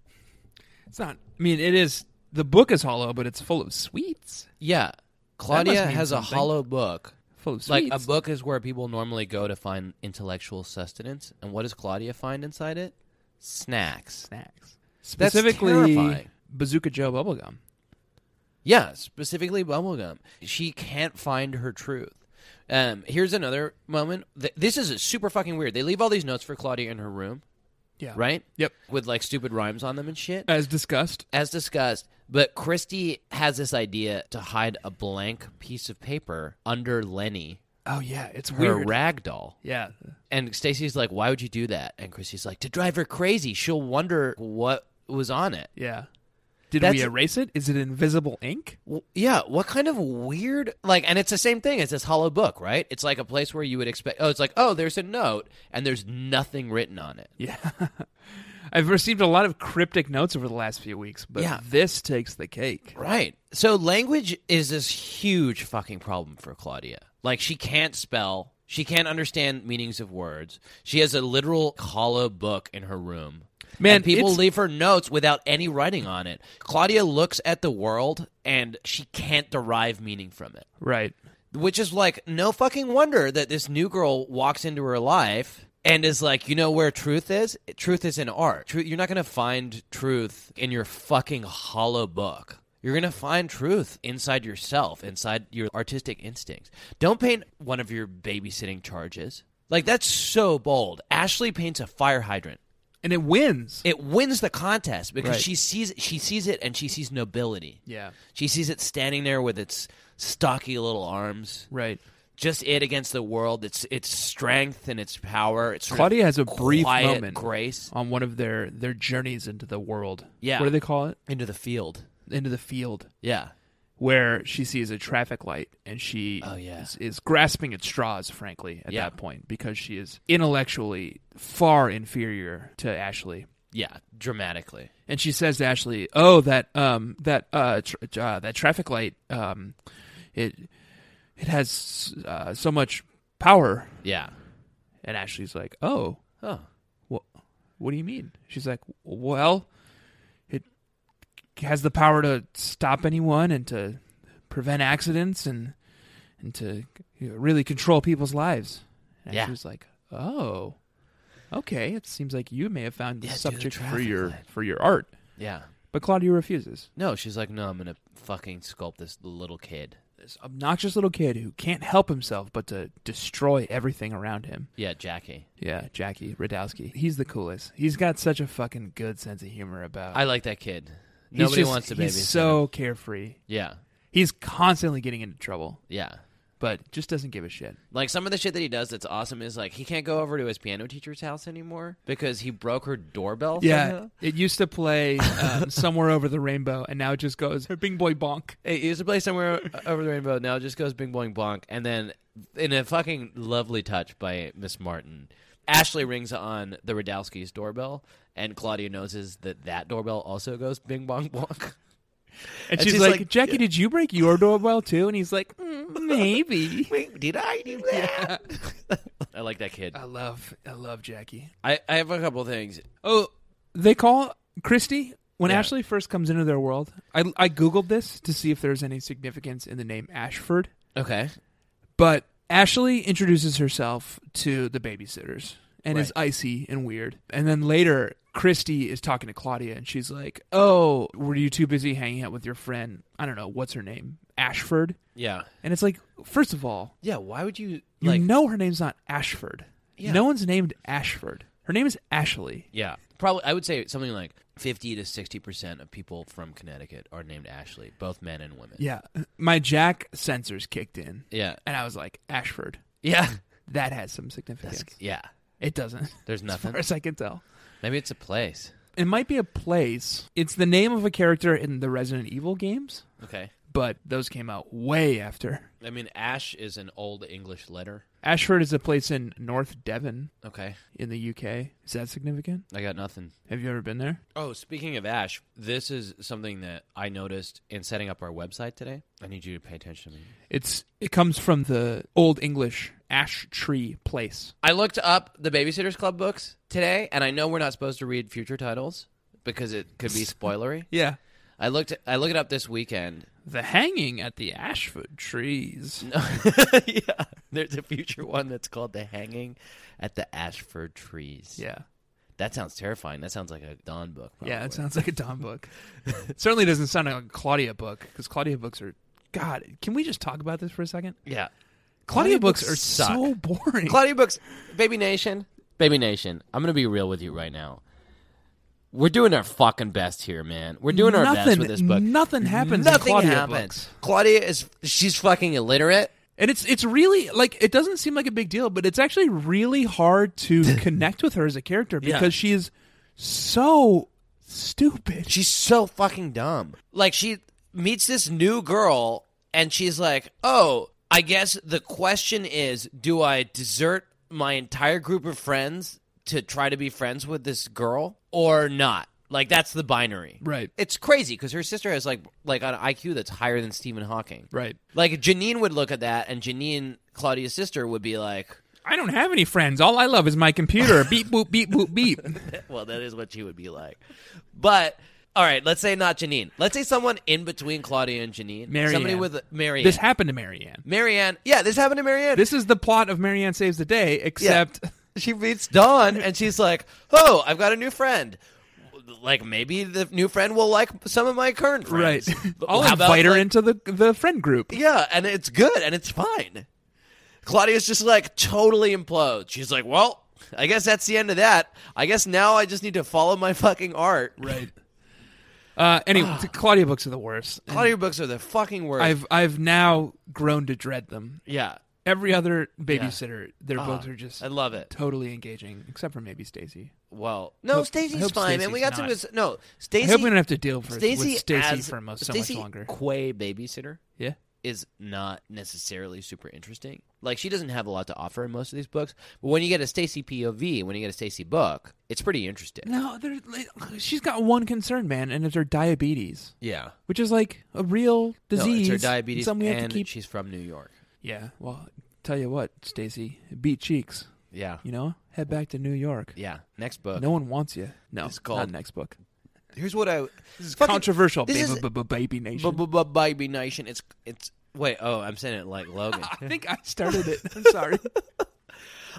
S3: It's not, I mean, it is, the book is hollow, but it's full of sweets.
S4: Yeah. Claudia
S3: mean
S4: has
S3: something.
S4: a hollow book.
S3: Full of sweets.
S4: Like a book is where people normally go to find intellectual sustenance, and what does Claudia find inside it? Snacks.
S3: Snacks.
S4: That's
S3: Specifically,
S4: terrifying.
S3: Bazooka Joe bubblegum.
S4: Yeah, specifically bubblegum. She can't find her truth. Um, here's another moment. Th- This is super fucking weird. They leave all these notes for Claudia in her room,
S3: Yeah.
S4: right?
S3: Yep.
S4: With like stupid rhymes on them and shit.
S3: As discussed.
S4: as discussed, but Christy has this idea to hide a blank piece of paper under Lenny,
S3: Oh, yeah. It's
S4: her
S3: weird.
S4: rag doll.
S3: yeah.
S4: And Stacy's like, "Why would you do that?" And Christy's like, "To drive her crazy. She'll wonder what was on it."
S3: Yeah. Did we
S4: That's-
S3: erase it? Is it invisible ink?
S4: W- yeah, what kind of weird like? And it's the same thing. It's this hollow book, right? It's like a place where you would expect. Oh, it's like, oh, there's a note, and there's nothing written on it.
S3: Yeah. I've received a lot of cryptic notes over the last few weeks, but
S4: Yeah.
S3: this takes the cake.
S4: Right. So language is this huge fucking problem for Claudia. Like she can't spell, she can't understand meanings of words. She has a literal hollow book in her room.
S3: Man,
S4: and people
S3: it's-
S4: leave her notes without any writing on it. Claudia looks at the world and she can't derive meaning from it.
S3: Right.
S4: Which is like no fucking wonder that this new girl walks into her life and is like, you know where truth is? Truth is in art. Truth, you're not going to find truth in your fucking hollow book. You're going to find truth inside yourself, inside your artistic instincts. Don't paint one of your babysitting charges. Like that's so bold. Ashley paints a fire hydrant.
S3: And it wins.
S4: It wins the contest because
S3: Right.
S4: she sees she sees it and she sees nobility.
S3: yeah.
S4: She sees it standing there with its stocky little arms
S3: Right.
S4: just it against the world. It's its strength and its power. It's sort of
S3: Claudia has a brief
S4: quiet
S3: moment
S4: grace
S3: on one of their their journeys into the world.
S4: Yeah.
S3: What do they call it?
S4: into the field.
S3: Into the field.
S4: Yeah,
S3: Where she sees a traffic light and she
S4: Oh, yeah.
S3: is, is grasping at straws, frankly, at
S4: Yeah.
S3: that point, because she is intellectually far inferior to Ashley.
S4: yeah, dramatically.
S3: and she says to Ashley, "Oh, that um that uh, tr- uh that traffic light um it it has uh, so much power."
S4: Yeah.
S3: And Ashley's like, "Oh,
S4: Oh,
S3: what do you mean?" She's like, "Well, it has the power to stop anyone and to prevent accidents and and to you know, really control people's lives. And
S4: Yeah.
S3: she was like, "Oh, okay. It seems like you may have found the subject for your for your art."
S4: Yeah.
S3: But Claudia refuses.
S4: No, she's like, no, I'm gonna fucking sculpt this little kid.
S3: This obnoxious little kid who can't help himself but to destroy everything around him.
S4: Yeah, Jackie.
S3: Yeah, Jackie Radowski. He's the coolest. He's got such a fucking good sense of humor about.
S4: I like that kid.
S3: he's
S4: Nobody
S3: just-
S4: wants to baby.
S3: He's so carefree.
S4: yeah,
S3: He's constantly getting into trouble,
S4: yeah.
S3: but just doesn't give a shit.
S4: Like some of the shit that he does that's awesome is like he can't go over to his piano teacher's house anymore because he broke her doorbell. somehow.
S3: it used to play um, somewhere over the rainbow, and now it just goes "Bing Boy Bonk."
S4: Hey, he used to play somewhere uh, over the rainbow. Now it just goes bing boing bonk, and then in a fucking lovely touch by Miss Martin, Ashley rings on the Radowski's doorbell, and Claudia notices that that doorbell also goes bing bong bonk.
S3: And,
S4: And
S3: she's,
S4: she's
S3: like,
S4: like,
S3: "Jackie, did you break your doorbell too?" And he's like, "Mm, "Maybe."
S4: Wait, did I do that? I like that kid.
S3: I love, I love Jackie.
S4: I, I have a couple things.
S3: Oh, they call Christy when
S4: Yeah.
S3: Ashley first comes into their world. I I googled this to see if there's any significance in the name Ashford,
S4: Okay.
S3: but Ashley introduces herself to the babysitters and is
S4: Right.
S3: icy and weird. And then later, Christy is talking to Claudia and she's like, "Oh, were you too busy hanging out with your friend? I don't know what's her name, Ashford."
S4: Yeah.
S3: And it's like, first of all,
S4: Yeah. Why would you
S3: you
S4: like?
S3: know her name's not Ashford.
S4: Yeah.
S3: No one's named Ashford. Her name is Ashley.
S4: Yeah. Probably. I would say something like fifty to sixty percent of people from Connecticut are named Ashley, both men and women.
S3: Yeah. My Jack sensors kicked in.
S4: Yeah.
S3: And I was like, Ashford,
S4: Yeah.
S3: that has some significance.
S4: Yeah.
S3: It doesn't,
S4: There's
S3: as
S4: nothing.
S3: far as I can tell.
S4: Maybe it's a place.
S3: It might be a place. It's the name of a character in the Resident Evil games,
S4: Okay.
S3: but those came out way after.
S4: I mean, ash is an old English letter.
S3: Ashford is a place in North Devon
S4: Okay.
S3: in the UK. Is that significant?
S4: I got nothing.
S3: Have you ever been there?
S4: Oh, speaking of ash, this is something that I noticed in setting up our website today. I need you to pay attention to me.
S3: It's it comes from the Old English ash tree place.
S4: I looked up the Babysitters Club books today, and I know we're not supposed to read future titles because it could be spoilery.
S3: Yeah.
S4: I looked I looked it up this weekend.
S3: The hanging at the Ashford trees.
S4: yeah, there's a future one that's called The Hanging at the Ashford Trees.
S3: Yeah.
S4: That sounds terrifying. That sounds like a Don book.
S3: Yeah, it
S4: probably.
S3: sounds like a Don book. It certainly doesn't sound like a Claudia book because Claudia books are. God, can we just talk about this for a second?
S4: Yeah.
S3: Claudia,
S4: Claudia
S3: books,
S4: books
S3: are
S4: suck.
S3: so boring.
S4: Claudia Books, Baby Nation. Baby Nation, I'm going to be real with you right now. We're doing our fucking best here, man. We're doing our best
S3: Nothing-
S4: with this book.
S3: nothing happens in
S4: Nothing
S3: Claudia
S4: happens.
S3: books.
S4: Claudia is she's fucking illiterate.
S3: and it's it's really like it doesn't seem like a big deal, but it's actually really hard to connect with her as a character
S4: Yeah.
S3: because she is so stupid.
S4: She's so fucking dumb. Like she meets this new girl and she's like, "Oh, I guess the question is, do I desert my entire group of friends to try to be friends with this girl or not?" Like that's the binary.
S3: Right.
S4: It's crazy cuz her sister has like like an IQ that's higher than Stephen Hawking.
S3: Right.
S4: Like Janine would look at that and Janine, Claudia's sister would be like,
S3: I don't have any friends. All I love is my computer. beep boop beep boop beep.
S4: well, that is what she would be like. But all right, let's say not Janine. Let's say someone in between Claudia and Janine.
S3: Marianne.
S4: Somebody with Marianne.
S3: This happened to Marianne.
S4: Marianne. Yeah, this happened to Marianne.
S3: This is the plot of Marianne Saves the Day, except
S4: she meets Dawn and she's like, "Oh, I've got a new friend." Like maybe the new friend will like some of my current friends.
S3: Right.
S4: But
S3: I'll
S4: how
S3: invite
S4: about,
S3: her
S4: like-
S3: into the the friend group.
S4: Yeah, and it's good and it's fine. Claudia's just like totally implodes. She's like, "Well, I guess that's the end of that. I guess now I just need to follow my fucking art."
S3: Right. Uh, anyway,
S4: Ah.
S3: t- Claudia books are the worst. And
S4: Claudia books are the fucking worst.
S3: I've I've now grown to dread them.
S4: yeah.
S3: Every other babysitter, their books are just
S4: I love it.
S3: totally engaging, except for maybe Stacy.
S4: Well, no,
S3: Hope-
S4: Stacy's
S3: hope
S4: fine, man. We got
S3: Stacey's
S4: some
S3: not.
S4: good. s- No,
S3: I
S4: Stacy.
S3: hope we don't have to deal for,
S4: Stacy
S3: with Stacy
S4: as-
S3: for mo- so
S4: Stacey
S3: much longer.
S4: Quay babysitter
S3: Yeah.
S4: is not necessarily super interesting. Like she doesn't have a lot to offer in most of these books. But when you get a Stacy POV, when you get a Stacy book, it's pretty interesting.
S3: No, they're- like, she's got one concern, man, and it's her diabetes,
S4: Yeah,
S3: which is like a real
S4: no,
S3: disease.
S4: it's her diabetes,
S3: something we have
S4: and
S3: to keep.
S4: she's from New York.
S3: Yeah. Well, tell you what, Stacy, beat cheeks.
S4: Yeah,
S3: You know, head back to New York.
S4: yeah. Next book.
S3: No one wants you. No,
S4: It's called-
S3: not next book.
S4: Here's what I.
S3: This is
S4: fucking-
S3: controversial,
S4: this
S3: baby,
S4: is-
S3: b- b- baby nation.
S4: Baby Nation. It's it's. Wait, oh, I'm saying it like Logan.
S3: I think I started it. I'm sorry.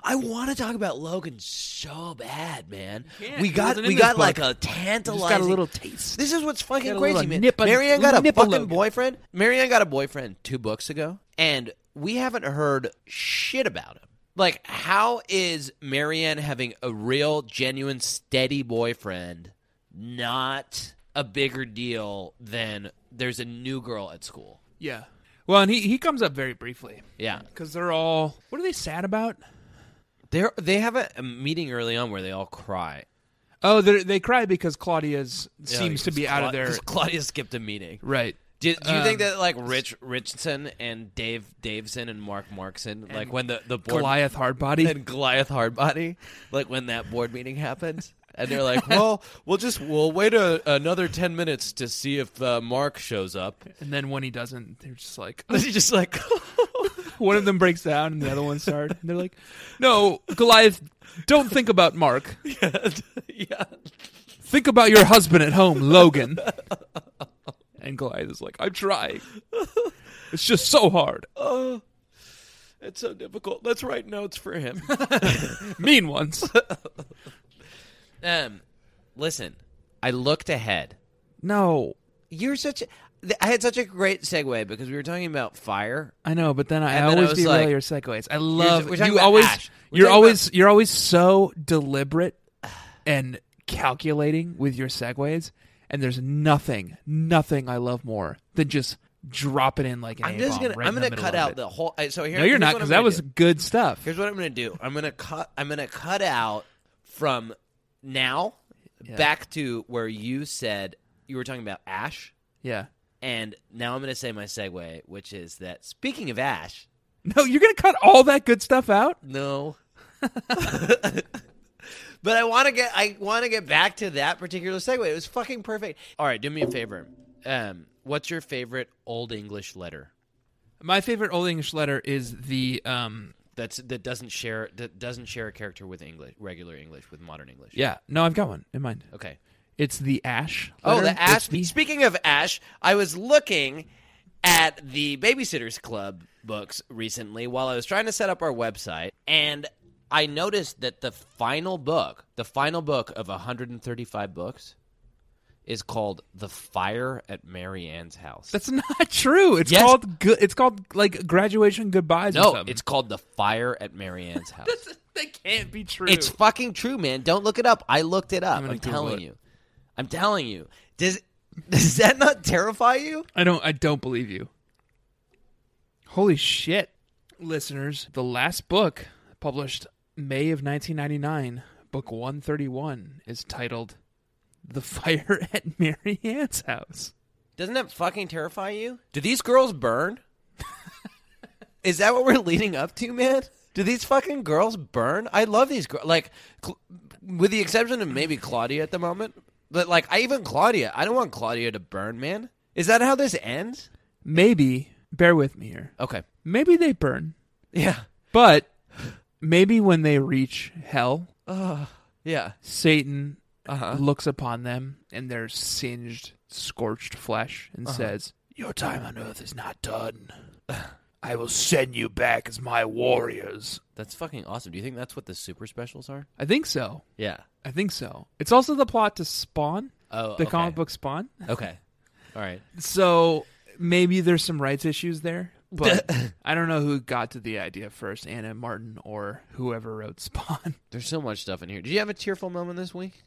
S4: I want to talk about Logan so bad, man.
S3: can't.
S4: We
S3: He
S4: got
S3: wasn't in
S4: we
S3: this
S4: got
S3: book.
S4: like a tantalizing.
S3: Just got a little taste.
S4: This is what's fucking
S3: Got a
S4: crazy,
S3: little
S4: man.
S3: nip of-
S4: Marianne got a
S3: nip of
S4: fucking
S3: Logan.
S4: boyfriend. Marianne got a boyfriend two books ago, and we haven't heard shit about him. Like, how is Marianne having a real, genuine, steady boyfriend not a bigger deal than there's a new girl at school?
S3: yeah. Well, and he, he comes up very briefly
S4: Yeah,
S3: because they're all. What are they sad about?
S4: they they have a, a meeting early on where they all cry.
S3: Oh, they they cry because Claudia's seems to be out of their
S4: Oh, Because Claudia skipped a meeting.
S3: right.
S4: Do, do you think
S3: Um,
S4: that like Rich Richardson and Dave Daveson and Mark Markson, like when the the board
S3: Goliath Hardbody.
S4: and Goliath Hardbody, like when that board meeting happened, and they're like, "Well, we'll just we'll wait a, another ten minutes to see if uh, Mark shows up."
S3: And then when he doesn't, they're just like
S4: He's just like,
S3: one of them breaks down and the other one's hard. And they're like, "No, Goliath, don't think about Mark.
S4: "Yeah,
S3: Think about your husband at home, Logan." And Goliath is like, "I'm trying. It's just so hard.
S4: it's so difficult. Let's write notes for him."
S3: Mean ones."
S4: um, listen, I looked ahead.
S3: No,
S4: You're such. A, th- I had such a great segue because we were talking about fire
S3: I know, but then I
S4: And then I
S3: always
S4: was
S3: derail
S4: like-
S3: your segues. I love
S4: we're talking
S3: you
S4: about
S3: always.
S4: Ash. We're
S3: You're
S4: talking
S3: always you're always so deliberate and calculating with your segues, and there's nothing, nothing I love more than just dropping in like an
S4: I'm just
S3: A-bomb
S4: gonna
S3: right
S4: I'm
S3: in
S4: gonna
S3: the middle
S4: cut
S3: of
S4: out
S3: it.
S4: the whole. I, so here,
S3: No, you're
S4: here's
S3: not
S4: what I'm
S3: because that
S4: gonna
S3: was
S4: do.
S3: good stuff.
S4: Here's what I'm gonna do. I'm gonna cut. I'm gonna cut out from now back to where you said you were talking about Ash,
S3: Yeah.
S4: and now I'm gonna say my segue, which is that speaking of Ash,
S3: No, you're gonna cut all that good stuff out.
S4: no. but I want to get I want to get back to that particular segue. It was fucking perfect. All right, do me a favor. Um, what's your favorite Old English letter
S3: My favorite Old English letter is the um.
S4: that's that doesn't share that doesn't share a character with English regular English with modern English?
S3: Yeah. No, I've got one in mind.
S4: Okay.
S3: It's the Ash.
S4: Oh,
S3: letter.
S4: the Ash.
S3: It's the-
S4: Speaking of Ash, I was looking at the Babysitters Club books recently while I was trying to set up our website, and I noticed that the final book, the final book of 135 books, is called "The Fire at Marianne's House."
S3: That's not true. It's
S4: Yes.
S3: called good. It's called like graduation goodbyes. or
S4: no,
S3: something.
S4: it's called "The Fire at Marianne's House."
S3: that can't be true.
S4: It's fucking true, man. Don't look it up. I looked it up. I'm,
S3: gonna Google
S4: telling
S3: it.
S4: you. I'm telling you. Does does that not terrify you?
S3: I don't I don't believe you. Holy shit. Listeners, the last book published May of 1999, book 131 is titled The Fire at Mary Ann's House.
S4: Doesn't that fucking terrify you? Do these girls burn? Is that what we're leading up to, man? Do these fucking girls burn? I love these girls. Like, cl- with the exception of maybe Claudia at the moment, but like, I even Claudia. I don't want Claudia to burn, man. Is that how this ends?
S3: Maybe, bear with me here.
S4: Okay.
S3: Maybe they burn,
S4: Yeah.
S3: but maybe when they reach hell,
S4: Yeah.
S3: Satan looks upon them and their singed, scorched flesh and says, Your time on earth is not done. I will send you back as my warriors.
S4: That's fucking awesome. Do you think that's what the super specials are?
S3: I think so.
S4: Yeah.
S3: I think so. Uh, It's also the plot to Spawn,
S4: Oh,
S3: the
S4: okay.
S3: comic book Spawn.
S4: Okay. All right.
S3: So maybe there's some rights issues there. But I don't know who got to the idea first, Anna Martin or whoever wrote Spawn.
S4: There's so much stuff in here. Did you have a tearful moment this week?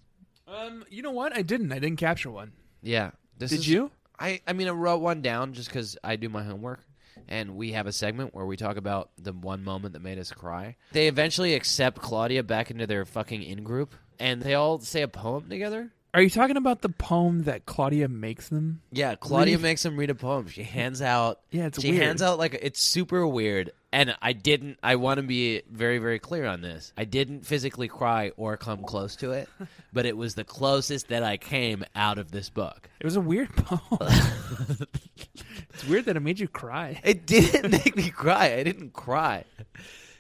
S3: Um, you know what? I didn't. I didn't capture one.
S4: Yeah. This
S3: Did
S4: is-
S3: you?
S4: I, I mean, I wrote one down just because I do my homework. And we have a segment where we talk about the one moment that made us cry. They eventually accept Claudia back into their fucking in group, and they all say a poem together.
S3: Are you talking about the poem that Claudia makes them?
S4: Yeah, Claudia
S3: Read-
S4: makes them read a poem. She hands out.
S3: Yeah, it's
S4: she
S3: weird.
S4: hands out like it's super weird. And I didn't. I want to be very, very clear on this. I didn't physically cry or come close to it, but it was the closest that I came out of this book.
S3: It was a weird poem. it's weird that it made you cry.
S4: It didn't make me cry. I didn't cry.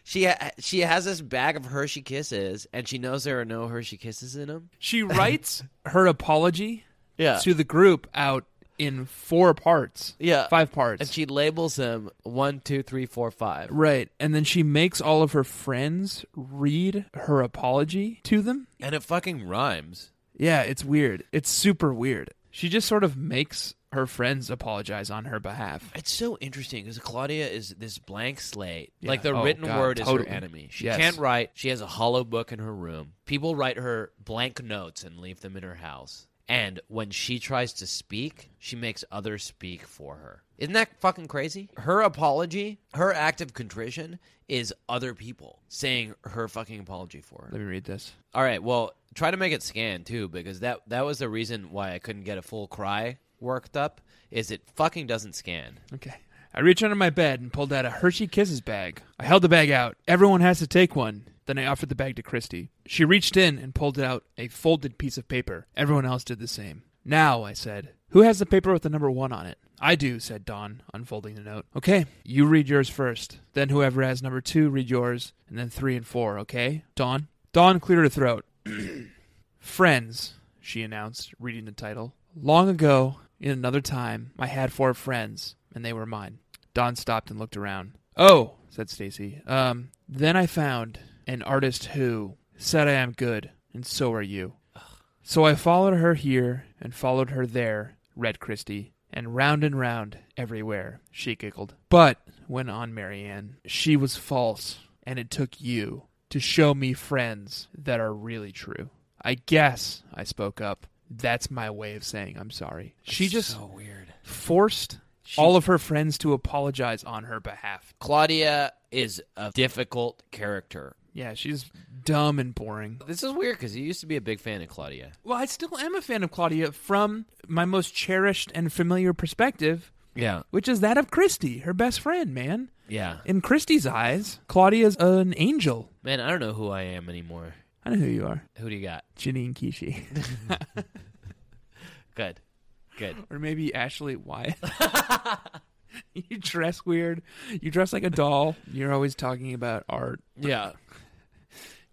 S4: She ha- she has this bag of Hershey Kisses, and she knows there are no Hershey Kisses in them.
S3: She writes her apology
S5: Yeah.
S3: to the group out in four parts.
S5: Yeah.
S3: Five parts.
S5: And she labels them one, two, three, four, five.
S3: Right. And then she makes all of her friends read her apology to them.
S5: And it fucking rhymes.
S3: Yeah, it's weird. It's super weird. She just sort of makes her friends apologize on her behalf.
S5: It's so interesting because Claudia is this blank slate.
S3: Yeah.
S5: Like the
S3: Oh,
S5: written
S3: God,
S5: word is
S3: totally.
S5: her enemy. She
S3: Yes.
S5: can't write. She has a hollow book in her room. People write her blank notes and leave them in her house. And when she tries to speak, she makes others speak for her. Isn't that fucking crazy? Her apology, her act of contrition is other people saying her fucking apology for her.
S3: Let me read this.
S5: All right. Well, try to make it scan too, because that that was the reason why I couldn't get a full cry worked up. Is it fucking doesn't scan?
S3: Okay. I reached under my bed and pulled out a Hershey Kisses bag. I held the bag out. Everyone has to take one. Then I offered the bag to Christy. She reached in and pulled out a folded piece of paper. Everyone else did the same. Now, I said, who has the paper with the number one on it? I do, said Don, unfolding the note. Okay, you read yours first. Then whoever has number two, read yours. And then three and four, okay? Don? Don cleared her throat. Friends, she announced, reading the title. Long ago, in another time, I had four friends, and they were mine. Don stopped and looked around. Oh, said Stacy. Um, then I found an artist who said I am good, and so are you. So I followed her here and followed her there, read Christie, and round and round everywhere, she giggled. But, went on Marianne, she was false, and it took you to show me friends that are really true. I guess, I spoke up, that's my way of saying I'm sorry. She just
S5: weird.
S3: forced all of her friends to apologize on her behalf.
S5: Claudia is a difficult character.
S3: Yeah, she's dumb and boring.
S5: This is weird because you used to be a big fan of Claudia.
S3: Well, I still am a fan of Claudia from my most cherished and familiar perspective,
S5: Yeah.
S3: which is that of Christy, her best friend, man.
S5: Yeah.
S3: In Christy's eyes, Claudia's an angel.
S5: Man, I don't know who I am anymore.
S3: I know who you are.
S5: Who do you got?
S3: Ginny and Kishi.
S5: Good. Good.
S3: or maybe Ashley Wyatt. you dress weird. You dress like a doll. You're always talking about art.
S5: Yeah.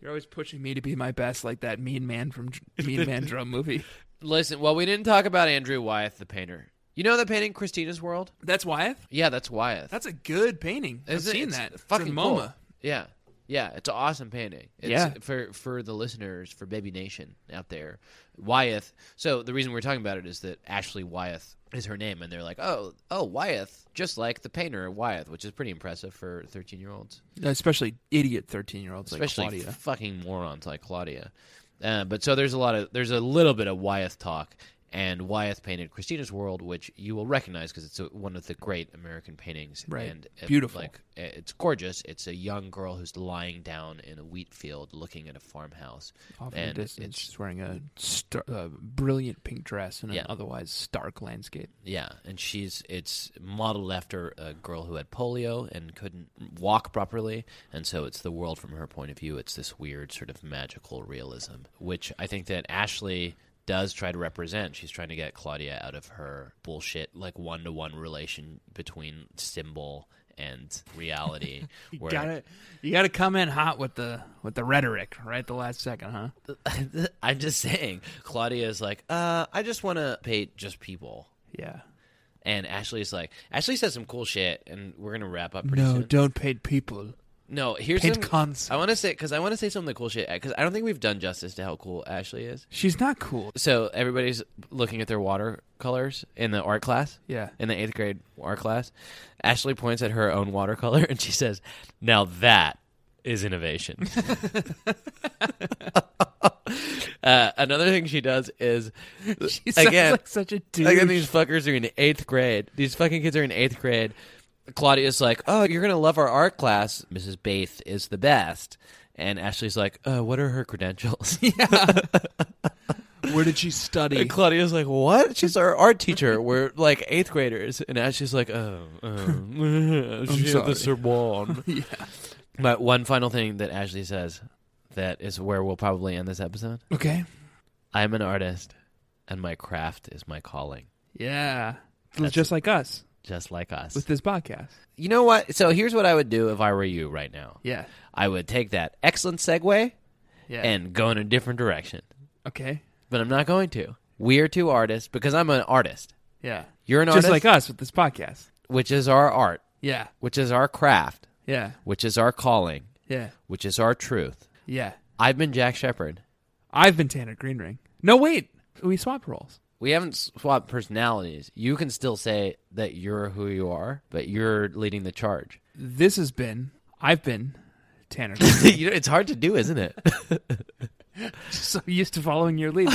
S3: You're always pushing me to be my best, like that mean man from Dr- Mean Man Drum movie.
S5: Listen, well, we didn't talk about Andrew Wyeth, the painter. You know the painting Christina's World?
S3: That's Wyeth?
S5: Yeah, that's Wyeth.
S3: That's a good painting. I've
S5: Isn't it-
S3: seen
S5: it's
S3: that.
S5: Fucking
S3: From
S5: cool.
S3: MoMA.
S5: Yeah. Yeah, it's an awesome painting. It's
S3: Yeah.
S5: for for the listeners, for Baby Nation out there, Wyeth. So the reason we're talking about it is that Ashley Wyeth is her name, and they're like, oh, oh, Wyeth, just like the painter Wyeth, which is pretty impressive for thirteen year olds,
S3: Especially idiot 13 year olds like
S5: especially
S3: Claudia.
S5: fucking morons like Claudia. Uh, but so there's a lot of there's a little bit of Wyeth talk, and Wyeth painted Christina's World, which you will recognize because it's a, one of the great American paintings.
S3: Right.
S5: and it-
S3: Beautiful.
S5: like, it's gorgeous. It's a young girl who's lying down in a wheat field looking at a farmhouse.
S3: Off in the
S5: and
S3: distance,
S5: it's
S3: she's wearing a, star- a brilliant pink dress in an
S5: Yeah.
S3: otherwise stark landscape.
S5: yeah, and she's it's modeled after a girl who had polio and couldn't walk properly, and so it's the world from her point of view. It's this weird sort of magical realism, which I think that Ashley does try to represent. She's trying to get Claudia out of her bullshit like one-to-one relation between symbol and reality. where
S3: Got to You got to come in hot with the with the rhetoric right at the last second, huh?
S5: I'm just saying, Claudia is like, uh, I just want to paint just people.
S3: Yeah.
S5: And Ashley's like, Ashley says some cool shit, and we're gonna wrap up pretty
S3: no,
S5: soon.
S3: don't paint people.
S5: no, here's
S3: Mm-hmm. paint
S5: some,
S3: cons.
S5: I want to say because I want to say some of the cool shit because I don't think we've done justice to how cool Ashley is.
S3: She's not cool.
S5: So everybody's looking at their watercolors in the art class.
S3: Yeah.
S5: in the eighth grade art class, Ashley points at her own watercolor and she says, "Now that is innovation." uh, another thing she does is
S3: She sounds
S5: again
S3: like such a douche.
S5: Again, these fuckers are in eighth grade. These fucking kids are in eighth grade. Claudia's like, "Oh, you're gonna love our art class. Mrs. Baith is the best." And Ashley's like, uh, "What are her credentials?"
S3: Where did she study?
S5: And Claudia's like, "What? She's our art teacher. We're like eighth graders." And Ashley's like, "Oh, um, she's at
S3: sorry.
S5: the Sorbonne." But one final thing that Ashley says, that is where we'll probably end this episode.
S3: okay.
S5: I'm an artist, and my craft is my calling,
S3: Yeah. Just like us
S5: just like us.
S3: with this podcast.
S5: You know what? So here's what I would do if I were you right now.
S3: Yeah.
S5: I would take that excellent segue
S3: Yeah.
S5: and go in a different direction,
S3: okay.
S5: but I'm not going to.
S4: We are two artists because I'm an artist.
S3: Yeah.
S4: You're an
S3: Just
S4: artist?
S3: like us with this podcast.
S4: which is our art,
S3: Yeah.
S4: which is our craft,
S3: Yeah.
S4: which is our calling,
S3: Yeah.
S4: which is our truth.
S3: Yeah.
S4: I've been Jack Shepard.
S3: I've been Tanner Greenring. No, wait. We swapped roles.
S4: We haven't swapped personalities. You can still say that you're who you are, but you're leading the charge.
S3: This has been, I've been Tanner.
S4: You know, it's hard to do, isn't it?
S3: so used to following your lead.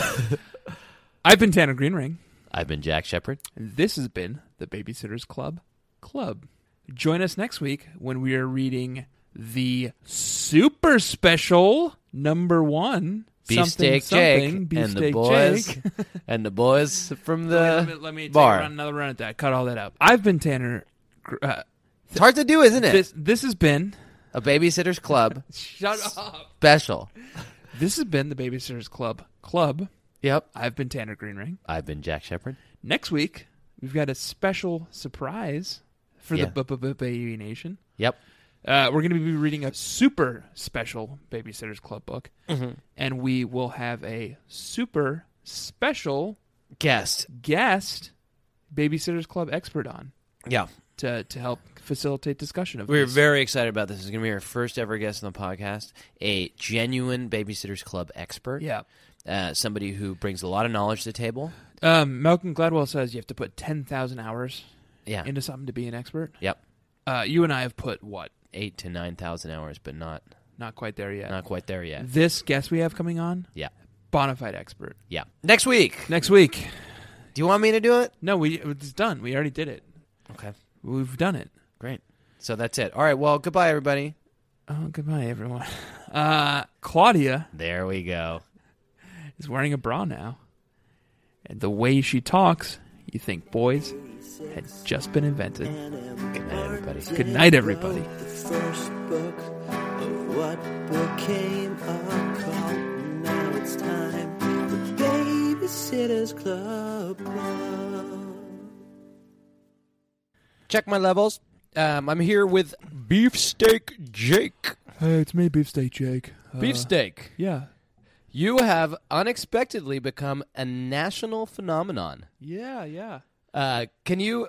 S3: I've been Tanner Greenring.
S4: I've been Jack Shepard.
S3: And this has been the Babysitters Club Club. Join us next week when we are reading the super special number one.
S4: Beefsteak Jake
S3: Beefsteak
S4: and the boys
S3: Jake.
S4: and the boys from
S3: let
S4: the
S3: me, let me take
S4: bar.
S3: run another run at that. Cut all that up. I've been Tanner. Gr- Uh,
S4: It's hard to do, isn't it?
S3: this this has been.
S4: A babysitters club
S3: Shut up.
S4: special.
S3: This has been the Babysitters Club Club.
S4: Yep.
S3: I've been Tanner Greenring.
S4: I've been Jack Shepard.
S3: Next week we've got a special surprise for
S4: Yeah.
S3: the Baby E Nation.
S4: Yep.
S3: Uh, we're going to be reading a super special Babysitters Club book,
S4: Mm-hmm.
S3: and we will have a super special
S4: Guest.
S3: guest Babysitters Club expert on
S4: Yeah.
S3: to to help facilitate discussion of
S4: We're
S3: this.
S4: very excited about this. It's going to be our first ever guest on the podcast, a genuine Babysitters Club expert.
S3: yeah.
S4: Uh, somebody who brings a lot of knowledge to the table.
S3: Um, Malcolm Gladwell says you have to put ten thousand hours
S4: Yeah.
S3: into something to be an expert.
S4: yep.
S3: Uh, you and I have put what?
S4: Eight to 9,000 hours, but not
S3: Not quite there yet.
S4: not quite there yet.
S3: This guest we have coming on,
S4: Yeah.
S3: bonafide expert.
S4: Yeah. Next week.
S3: Next week.
S4: Do you want me to do it?
S3: No, we it's done. We already did it.
S4: Okay.
S3: We've done it.
S4: Great. So that's it. All right. Well, goodbye, everybody.
S3: Oh, goodbye, everyone. Uh, Claudia
S4: There we go.
S3: is wearing a bra now. And the way she talks, you think boys had just been invented.
S4: Good night, everybody.
S3: Good night, everybody.
S1: The first book of what became a cult. Now it's time for Babysitter's Club. Club.
S4: Check my levels. Um, I'm here with Beefsteak Jake.
S3: Hey, it's me, Beefsteak Jake. Uh,
S4: Beefsteak.
S3: Yeah.
S4: You have unexpectedly become a national phenomenon.
S3: Yeah, yeah.
S4: Uh, can you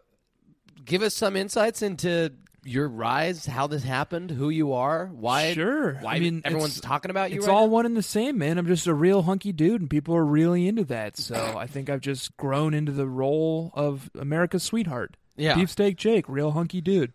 S4: give us some insights into your rise, how this happened, who you are, why?
S3: sure.
S4: Why
S3: I mean,
S4: everyone's
S3: it's-
S4: talking about you?
S3: It's
S4: right
S3: all
S4: now?
S3: one and the same, man. I'm just a real hunky dude, and people are really into that. So I think I've just grown into the role of America's sweetheart.
S4: Yeah.
S3: Beefsteak Jake, real hunky dude.